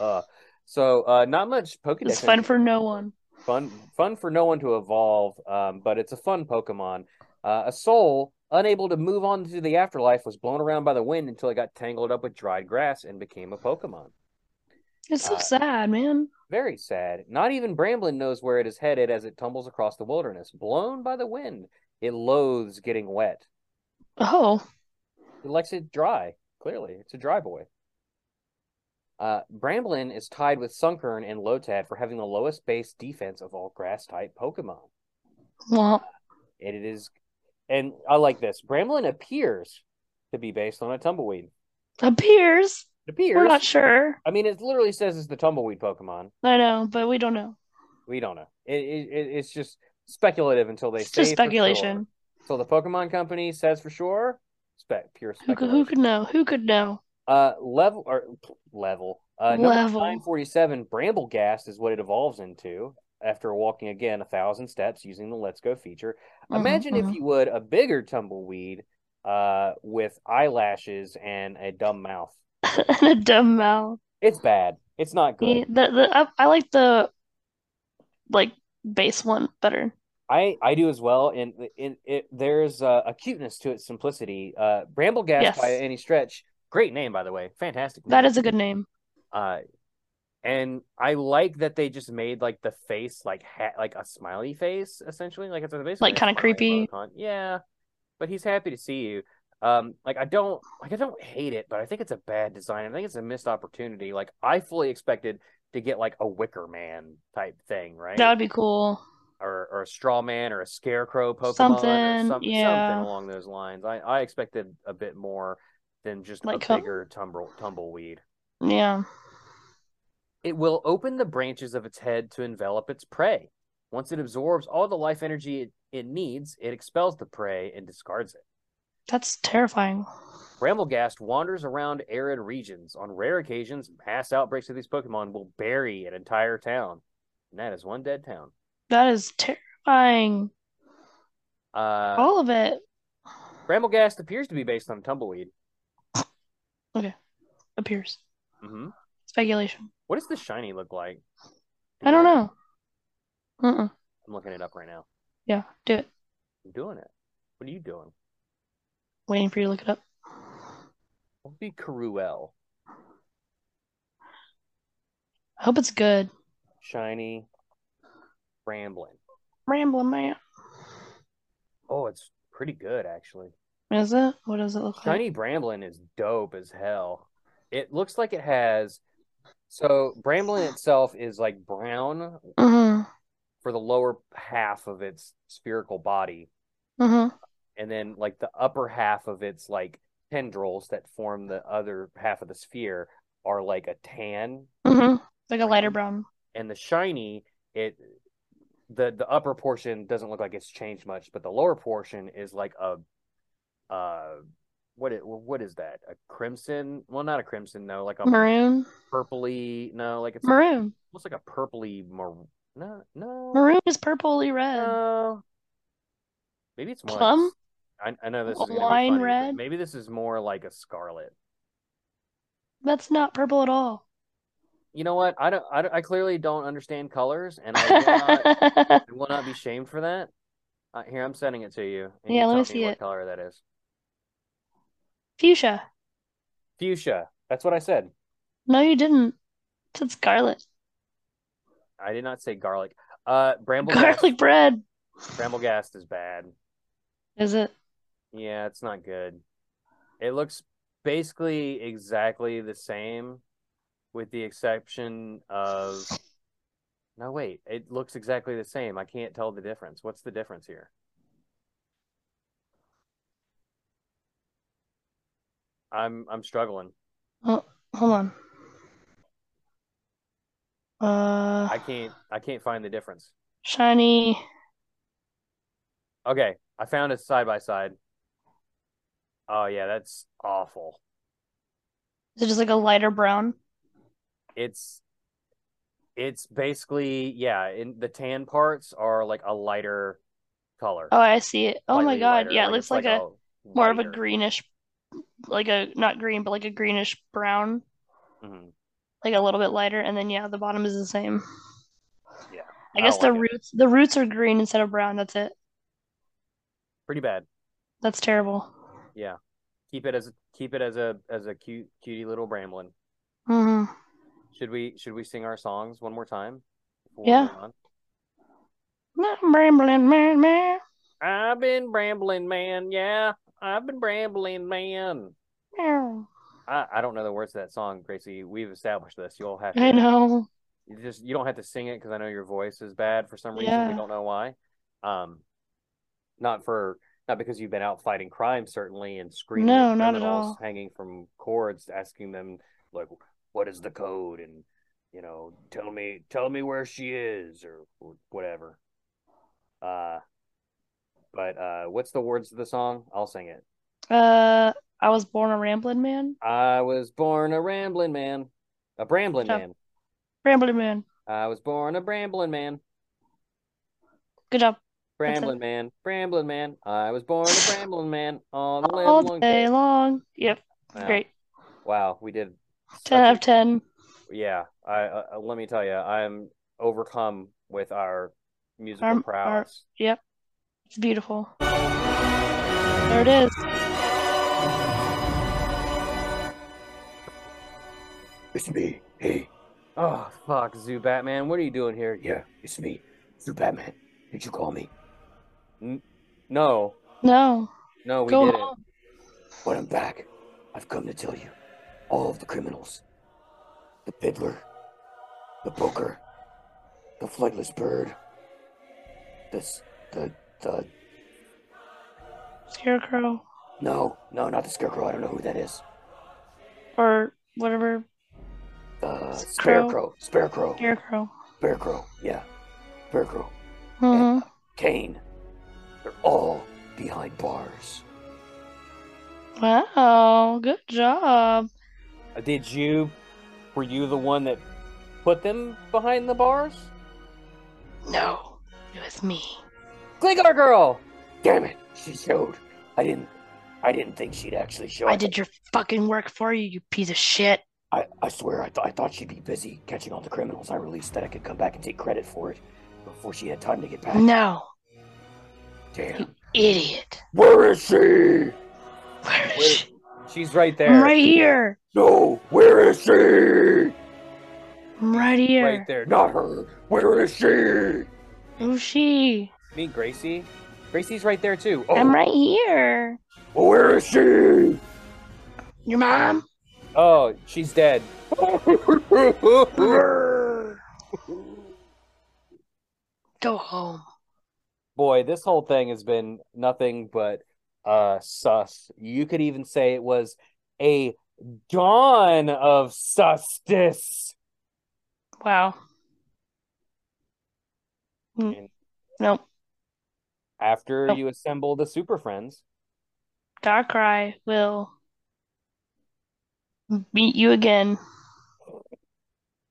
[SPEAKER 1] uh. So uh, not much Pokedex.
[SPEAKER 2] It's fun
[SPEAKER 1] entry
[SPEAKER 2] for no one.
[SPEAKER 1] fun fun for no one to evolve um, but it's a fun pokemon uh, a soul unable to move on to the afterlife was blown around by the wind until it got tangled up with dried grass and became a pokemon
[SPEAKER 2] It's so
[SPEAKER 1] Uh,
[SPEAKER 2] sad, man.
[SPEAKER 1] very sad not even bramblin knows where it is headed as it tumbles across the wilderness blown by the wind it loathes getting wet
[SPEAKER 2] Oh,
[SPEAKER 1] It likes it dry. Clearly, it's a dry boy. Uh, Bramblin is tied with Sunkern and Lotad for having the lowest base defense of all grass type Pokemon.
[SPEAKER 2] well,
[SPEAKER 1] And it is, and I like this. Bramblin appears to be based on a tumbleweed.
[SPEAKER 2] appears.
[SPEAKER 1] It appears.
[SPEAKER 2] We're not sure.
[SPEAKER 1] I mean, it literally says it's the tumbleweed Pokemon.
[SPEAKER 2] I know, but we don't know.
[SPEAKER 1] We don't know. It, it, it it's just speculative until they
[SPEAKER 2] It's
[SPEAKER 1] say
[SPEAKER 2] just
[SPEAKER 1] for
[SPEAKER 2] speculation.
[SPEAKER 1] sure. So the Pokemon company says for sure. Spec pure
[SPEAKER 2] Who could,
[SPEAKER 1] speculation.
[SPEAKER 2] who could know? Who could know?
[SPEAKER 1] Uh, level or p- level. Uh, number
[SPEAKER 2] Level.
[SPEAKER 1] 947, Bramblegast is what it evolves into after walking again a thousand steps using the Let's Go feature.
[SPEAKER 2] Mhm,
[SPEAKER 1] Imagine,
[SPEAKER 2] mhm.
[SPEAKER 1] if you would, a bigger tumbleweed, uh, with eyelashes and a dumb mouth.
[SPEAKER 2] <laughs> and Mm-hmm. a dumb mouth.
[SPEAKER 1] It's bad. It's not good.
[SPEAKER 2] Yeah, the the I, I like the like base one better.
[SPEAKER 1] I I do as well, and it, it there's uh, a cuteness to its simplicity. Uh, Bramblegast
[SPEAKER 2] Yes.
[SPEAKER 1] by any stretch. Great name, by the way. Fantastic.
[SPEAKER 2] That
[SPEAKER 1] name.
[SPEAKER 2] is a good name.
[SPEAKER 1] uh and i like that they just made like the face like ha- like a smiley face essentially like it's basically
[SPEAKER 2] Like,
[SPEAKER 1] a
[SPEAKER 2] kinda
[SPEAKER 1] smiley
[SPEAKER 2] creepy.
[SPEAKER 1] emoticon. yeah but he's happy to see you um like i don't like i don't hate it but i think it's a bad design i think it's a missed opportunity like i fully expected to get like a wicker man type thing right
[SPEAKER 2] That would be cool.
[SPEAKER 1] or or a straw man or a scarecrow pokemon or
[SPEAKER 2] Something,
[SPEAKER 1] some,
[SPEAKER 2] yeah.
[SPEAKER 1] something along those lines i i expected a bit more than just
[SPEAKER 2] Like,
[SPEAKER 1] a
[SPEAKER 2] huh?
[SPEAKER 1] bigger tumble tumbleweed
[SPEAKER 2] Yeah.
[SPEAKER 1] It will open the branches of its head to envelop its prey. Once it absorbs all the life energy it, it needs, it expels the prey and discards it.
[SPEAKER 2] That's terrifying.
[SPEAKER 1] Bramblegast wanders around arid regions. On rare occasions, mass outbreaks of these Pokemon will bury an entire town. And that is one dead town.
[SPEAKER 2] That is terrifying.
[SPEAKER 1] Uh,
[SPEAKER 2] All of it.
[SPEAKER 1] Bramblegast appears to be based on tumbleweed.
[SPEAKER 2] Appears.
[SPEAKER 1] hmm
[SPEAKER 2] Speculation.
[SPEAKER 1] What does the shiny look like?
[SPEAKER 2] I don't know. Uh-uh.
[SPEAKER 1] I'm looking it up right now.
[SPEAKER 2] Yeah, do it.
[SPEAKER 1] I'm doing it. What are you doing?
[SPEAKER 2] Waiting for you to look it up.
[SPEAKER 1] What would be Caruel?
[SPEAKER 2] I hope it's good.
[SPEAKER 1] Shiny Ramblin.
[SPEAKER 2] Rambling man.
[SPEAKER 1] Oh, it's pretty good actually.
[SPEAKER 2] Is it? What does it look like?
[SPEAKER 1] Shiny Bramblin is dope as hell. It looks like it has so Bramblin itself is like brown
[SPEAKER 2] Mm-hmm.
[SPEAKER 1] for the lower half of its spherical body,
[SPEAKER 2] Mm-hmm.
[SPEAKER 1] and then like the upper half of its like tendrils that form the other half of the sphere are like a tan,
[SPEAKER 2] Mm-hmm. Like a lighter brown.
[SPEAKER 1] and the shiny it the the upper portion doesn't look like it's changed much, but the lower portion is like a uh what it what is that a crimson? Well, not a crimson, no, like a
[SPEAKER 2] Maroon.
[SPEAKER 1] purpley, no, like it's
[SPEAKER 2] Maroon.
[SPEAKER 1] almost like a purpley maroon. No, no,
[SPEAKER 2] Maroon is purpley
[SPEAKER 1] Uh,
[SPEAKER 2] red.
[SPEAKER 1] No. Maybe it's more like
[SPEAKER 2] Plum?
[SPEAKER 1] s- I, I know this
[SPEAKER 2] A
[SPEAKER 1] is gonna be
[SPEAKER 2] wine
[SPEAKER 1] funny, but
[SPEAKER 2] red?
[SPEAKER 1] Maybe this is more like a scarlet.
[SPEAKER 2] That's not purple at all.
[SPEAKER 1] You know what? I don't. I, don't- I clearly don't understand colors, and
[SPEAKER 2] <laughs>
[SPEAKER 1] I will, not, I will not be shamed for that. Uh, here, I'm sending it to you. and you
[SPEAKER 2] Yeah, let me
[SPEAKER 1] tell
[SPEAKER 2] see
[SPEAKER 1] what
[SPEAKER 2] it.
[SPEAKER 1] color that is.
[SPEAKER 2] <laughs> Fuchsia.
[SPEAKER 1] Fuchsia. That's what I said.
[SPEAKER 2] No, you didn't. It said scarlet.
[SPEAKER 1] I did not say garlic. Uh, Bramblegast.
[SPEAKER 2] Garlic bread.
[SPEAKER 1] Bramblegast is bad.
[SPEAKER 2] Is it?
[SPEAKER 1] Yeah, it's not good. It looks basically exactly the same, with the exception of. No, wait. It looks exactly the same. I can't tell the difference. What's the difference here? I'm I'm struggling.
[SPEAKER 2] Hold on. Uh,
[SPEAKER 1] I can't I can't find the difference.
[SPEAKER 2] shiny.
[SPEAKER 1] Okay, I found a side by side. Oh yeah, that's awful.
[SPEAKER 2] Is it just like a lighter brown?
[SPEAKER 1] it's it's basically yeah in the tan parts are like a lighter color
[SPEAKER 2] Oh, I see it. Oh my
[SPEAKER 1] Slightly
[SPEAKER 2] god.
[SPEAKER 1] lighter,
[SPEAKER 2] Yeah, it
[SPEAKER 1] like,
[SPEAKER 2] looks
[SPEAKER 1] it's
[SPEAKER 2] like, a, more of a greenish, like a not green, but like a greenish brown,
[SPEAKER 1] green
[SPEAKER 2] like a little bit lighter. And then yeah, the bottom is the same.
[SPEAKER 1] Yeah,
[SPEAKER 2] I
[SPEAKER 1] I
[SPEAKER 2] guess the
[SPEAKER 1] don't like
[SPEAKER 2] roots the roots are green instead of brown. That's it.
[SPEAKER 1] pretty bad
[SPEAKER 2] That's terrible.
[SPEAKER 1] keep it as keep it as a as a cute cutie little bramblin
[SPEAKER 2] hmm
[SPEAKER 1] should we should we sing our songs one more time before
[SPEAKER 2] Yeah.
[SPEAKER 1] move on?
[SPEAKER 2] Not rambling, man, man,
[SPEAKER 1] i've been brambling man yeah i've been brambling man
[SPEAKER 2] man.
[SPEAKER 1] I, I don't know the words to that song gracie we've established this you'll have to
[SPEAKER 2] <laughs> I know.
[SPEAKER 1] you just you don't have to sing it because I know your voice is bad for some reason. We
[SPEAKER 2] Yeah.
[SPEAKER 1] don't know why. Um, not for not because you've been out fighting crime certainly and screaming
[SPEAKER 2] No,
[SPEAKER 1] at
[SPEAKER 2] not at
[SPEAKER 1] criminals
[SPEAKER 2] all.
[SPEAKER 1] hanging from cords, asking them like, "What is the code?" and you know, tell me, tell me where she is or, or whatever. Uh, but uh, what's the words of the song? I'll sing it.
[SPEAKER 2] Uh, I was born a rambling man.
[SPEAKER 1] I was born a rambling man, a brambling
[SPEAKER 2] Good job.
[SPEAKER 1] man.
[SPEAKER 2] Rambling man.
[SPEAKER 1] I was born a brambling man.
[SPEAKER 2] Good job. That's it.
[SPEAKER 1] Bramblin' man, Bramblin' man. I was born a Bramblin' man all the live
[SPEAKER 2] All
[SPEAKER 1] long
[SPEAKER 2] day long. Yep.
[SPEAKER 1] Wow.
[SPEAKER 2] Great.
[SPEAKER 1] Wow, we did. such
[SPEAKER 2] 10
[SPEAKER 1] a-
[SPEAKER 2] out of 10.
[SPEAKER 1] Yeah, I uh, let me tell you, I'm overcome with our musical
[SPEAKER 2] Our- our-
[SPEAKER 1] prowess.
[SPEAKER 2] It's beautiful. There it is.
[SPEAKER 3] It's me. Hey,
[SPEAKER 1] Oh fuck, Zoo Batman, what are you doing here?
[SPEAKER 3] yeah, it's me. You Batman. Did you call me?
[SPEAKER 1] No,
[SPEAKER 2] No.
[SPEAKER 1] no, we
[SPEAKER 2] Go
[SPEAKER 1] didn't.
[SPEAKER 2] home.
[SPEAKER 3] But I'm back. I've come to tell you. All of the criminals. The fiddler. The poker. The flightless bird. This the the
[SPEAKER 2] Scarecrow.
[SPEAKER 3] no, no, not the scarecrow, I don't know who that is.
[SPEAKER 2] Or whatever.
[SPEAKER 3] The
[SPEAKER 2] Scarecrow.
[SPEAKER 3] scarecrow. Scarecrow.
[SPEAKER 2] Scarecrow.
[SPEAKER 3] Scarecrow, yeah. Scarecrow.
[SPEAKER 2] hmm
[SPEAKER 3] Kane. They're all behind bars.
[SPEAKER 2] Wow. Good job.
[SPEAKER 1] Uh, Did you? Were you the one that put them behind the bars?
[SPEAKER 2] No. It was me.
[SPEAKER 1] Gligar girl.
[SPEAKER 3] Damn it! She showed. I didn't. I didn't think she'd actually show
[SPEAKER 2] I
[SPEAKER 3] up.
[SPEAKER 2] did your fucking work for you, you piece of shit.
[SPEAKER 3] I, I swear, I, th- I thought she'd be busy catching all the criminals I released that I could come back and take credit for it before she had time to get back.
[SPEAKER 2] No,
[SPEAKER 3] Damn.
[SPEAKER 2] idiot.
[SPEAKER 3] Where is she?
[SPEAKER 2] Where is
[SPEAKER 1] Wait,
[SPEAKER 2] she?
[SPEAKER 1] She's right there.
[SPEAKER 2] I'm right here.
[SPEAKER 3] No, where is she?
[SPEAKER 2] I'm right here.
[SPEAKER 1] Right there.
[SPEAKER 3] Not her. Where is she?
[SPEAKER 2] Who's she?
[SPEAKER 1] Me, Gracie. Gracie's right there too. Oh,
[SPEAKER 2] I'm right here.
[SPEAKER 3] Where is she?
[SPEAKER 2] Your mom?
[SPEAKER 1] oh, she's dead.
[SPEAKER 3] Oh, <laughs>
[SPEAKER 2] Go home.
[SPEAKER 1] Boy, this whole thing has been nothing but uh sus. You could even say it was a dawn of susness.
[SPEAKER 2] Wow.
[SPEAKER 1] Mm.
[SPEAKER 2] Nope.
[SPEAKER 1] After
[SPEAKER 2] Oh.
[SPEAKER 1] you assemble the super friends,
[SPEAKER 2] Darkrai will meet you again.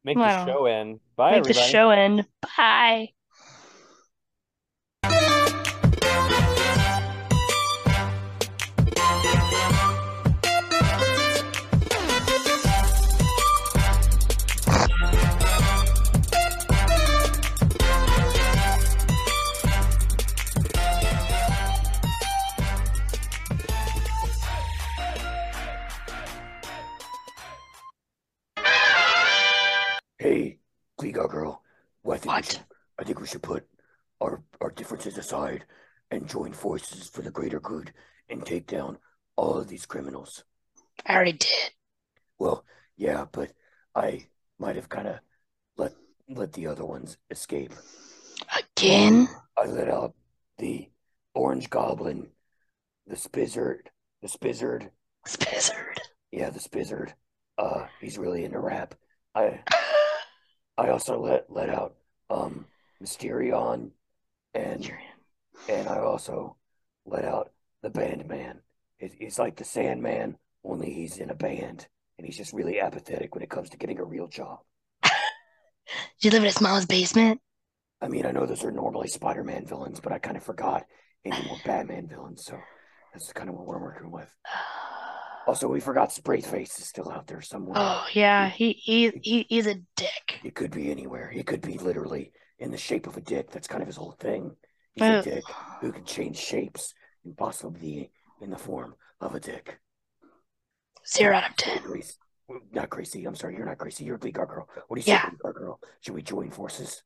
[SPEAKER 1] make
[SPEAKER 2] Wow.
[SPEAKER 1] the show end. Bye,
[SPEAKER 2] Make
[SPEAKER 1] everybody.
[SPEAKER 2] the show end. Bye.
[SPEAKER 3] hey, Gligar girl. Well, I think We
[SPEAKER 2] What?
[SPEAKER 3] should, I think we should put our, our differences aside and join forces for the greater good and take down all of these criminals.
[SPEAKER 2] I already did.
[SPEAKER 3] Well, yeah, but I might have kind of let let the other ones escape.
[SPEAKER 2] Again?
[SPEAKER 3] I let out the orange goblin, the spizzard, the spizzard.
[SPEAKER 2] Spizzard.
[SPEAKER 3] Yeah, the spizzard. Uh, he's really into rap. I I also let let out um Mysterion,
[SPEAKER 2] <laughs>
[SPEAKER 3] and
[SPEAKER 2] You're in.
[SPEAKER 3] and I also let out the band man. It, it's like the Sandman, only he's in a band, and he's just really apathetic when it comes to getting a real job.
[SPEAKER 2] Did you live in his mom's
[SPEAKER 1] <sighs>
[SPEAKER 2] basement?
[SPEAKER 3] I mean, I know those are normally Spider-Man villains, but I kind of forgot any more Batman villains, so that's kind of what we're working with. Also, we forgot Sprayface is still out there somewhere.
[SPEAKER 2] <gasps> Oh yeah, he he, he he's a dick.
[SPEAKER 3] It could be anywhere. It could be literally in the shape of a dick. That's kind of his whole thing. He's
[SPEAKER 2] Ugh.
[SPEAKER 3] a dick who can change shapes and possibly in the form of a dick.
[SPEAKER 2] Zero out of ten.
[SPEAKER 3] Grace, not Gracie. I'm sorry, you're not Gracie. You're Bleaker Girl. What do you
[SPEAKER 2] Yeah.
[SPEAKER 3] say, Bleaker Girl? Should we join forces?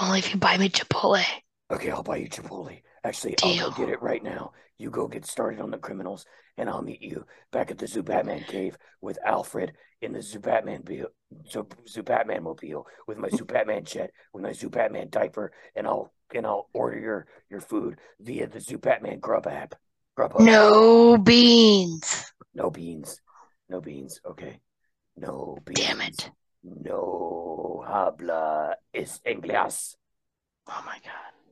[SPEAKER 2] Only if you buy me Chipotle.
[SPEAKER 3] Okay, I'll buy you Chipotle. Actually, I'll
[SPEAKER 2] Deal.
[SPEAKER 3] go get it right now. You go get started on the criminals, and I'll meet you back at the Zoo Batman cave with Alfred in the Zoo Batman be- Zoo, Zoo Batman mobile
[SPEAKER 2] <laughs>
[SPEAKER 3] with my Zoo Batman jet, with my Zoo Batman diaper, and I'll and I'll order your your food via the Zoo Batman Grub app. Grub
[SPEAKER 2] No beans.
[SPEAKER 3] no beans, no beans. Okay, no beans.
[SPEAKER 2] Damn it.
[SPEAKER 3] No habla es inglés.
[SPEAKER 2] Oh my god.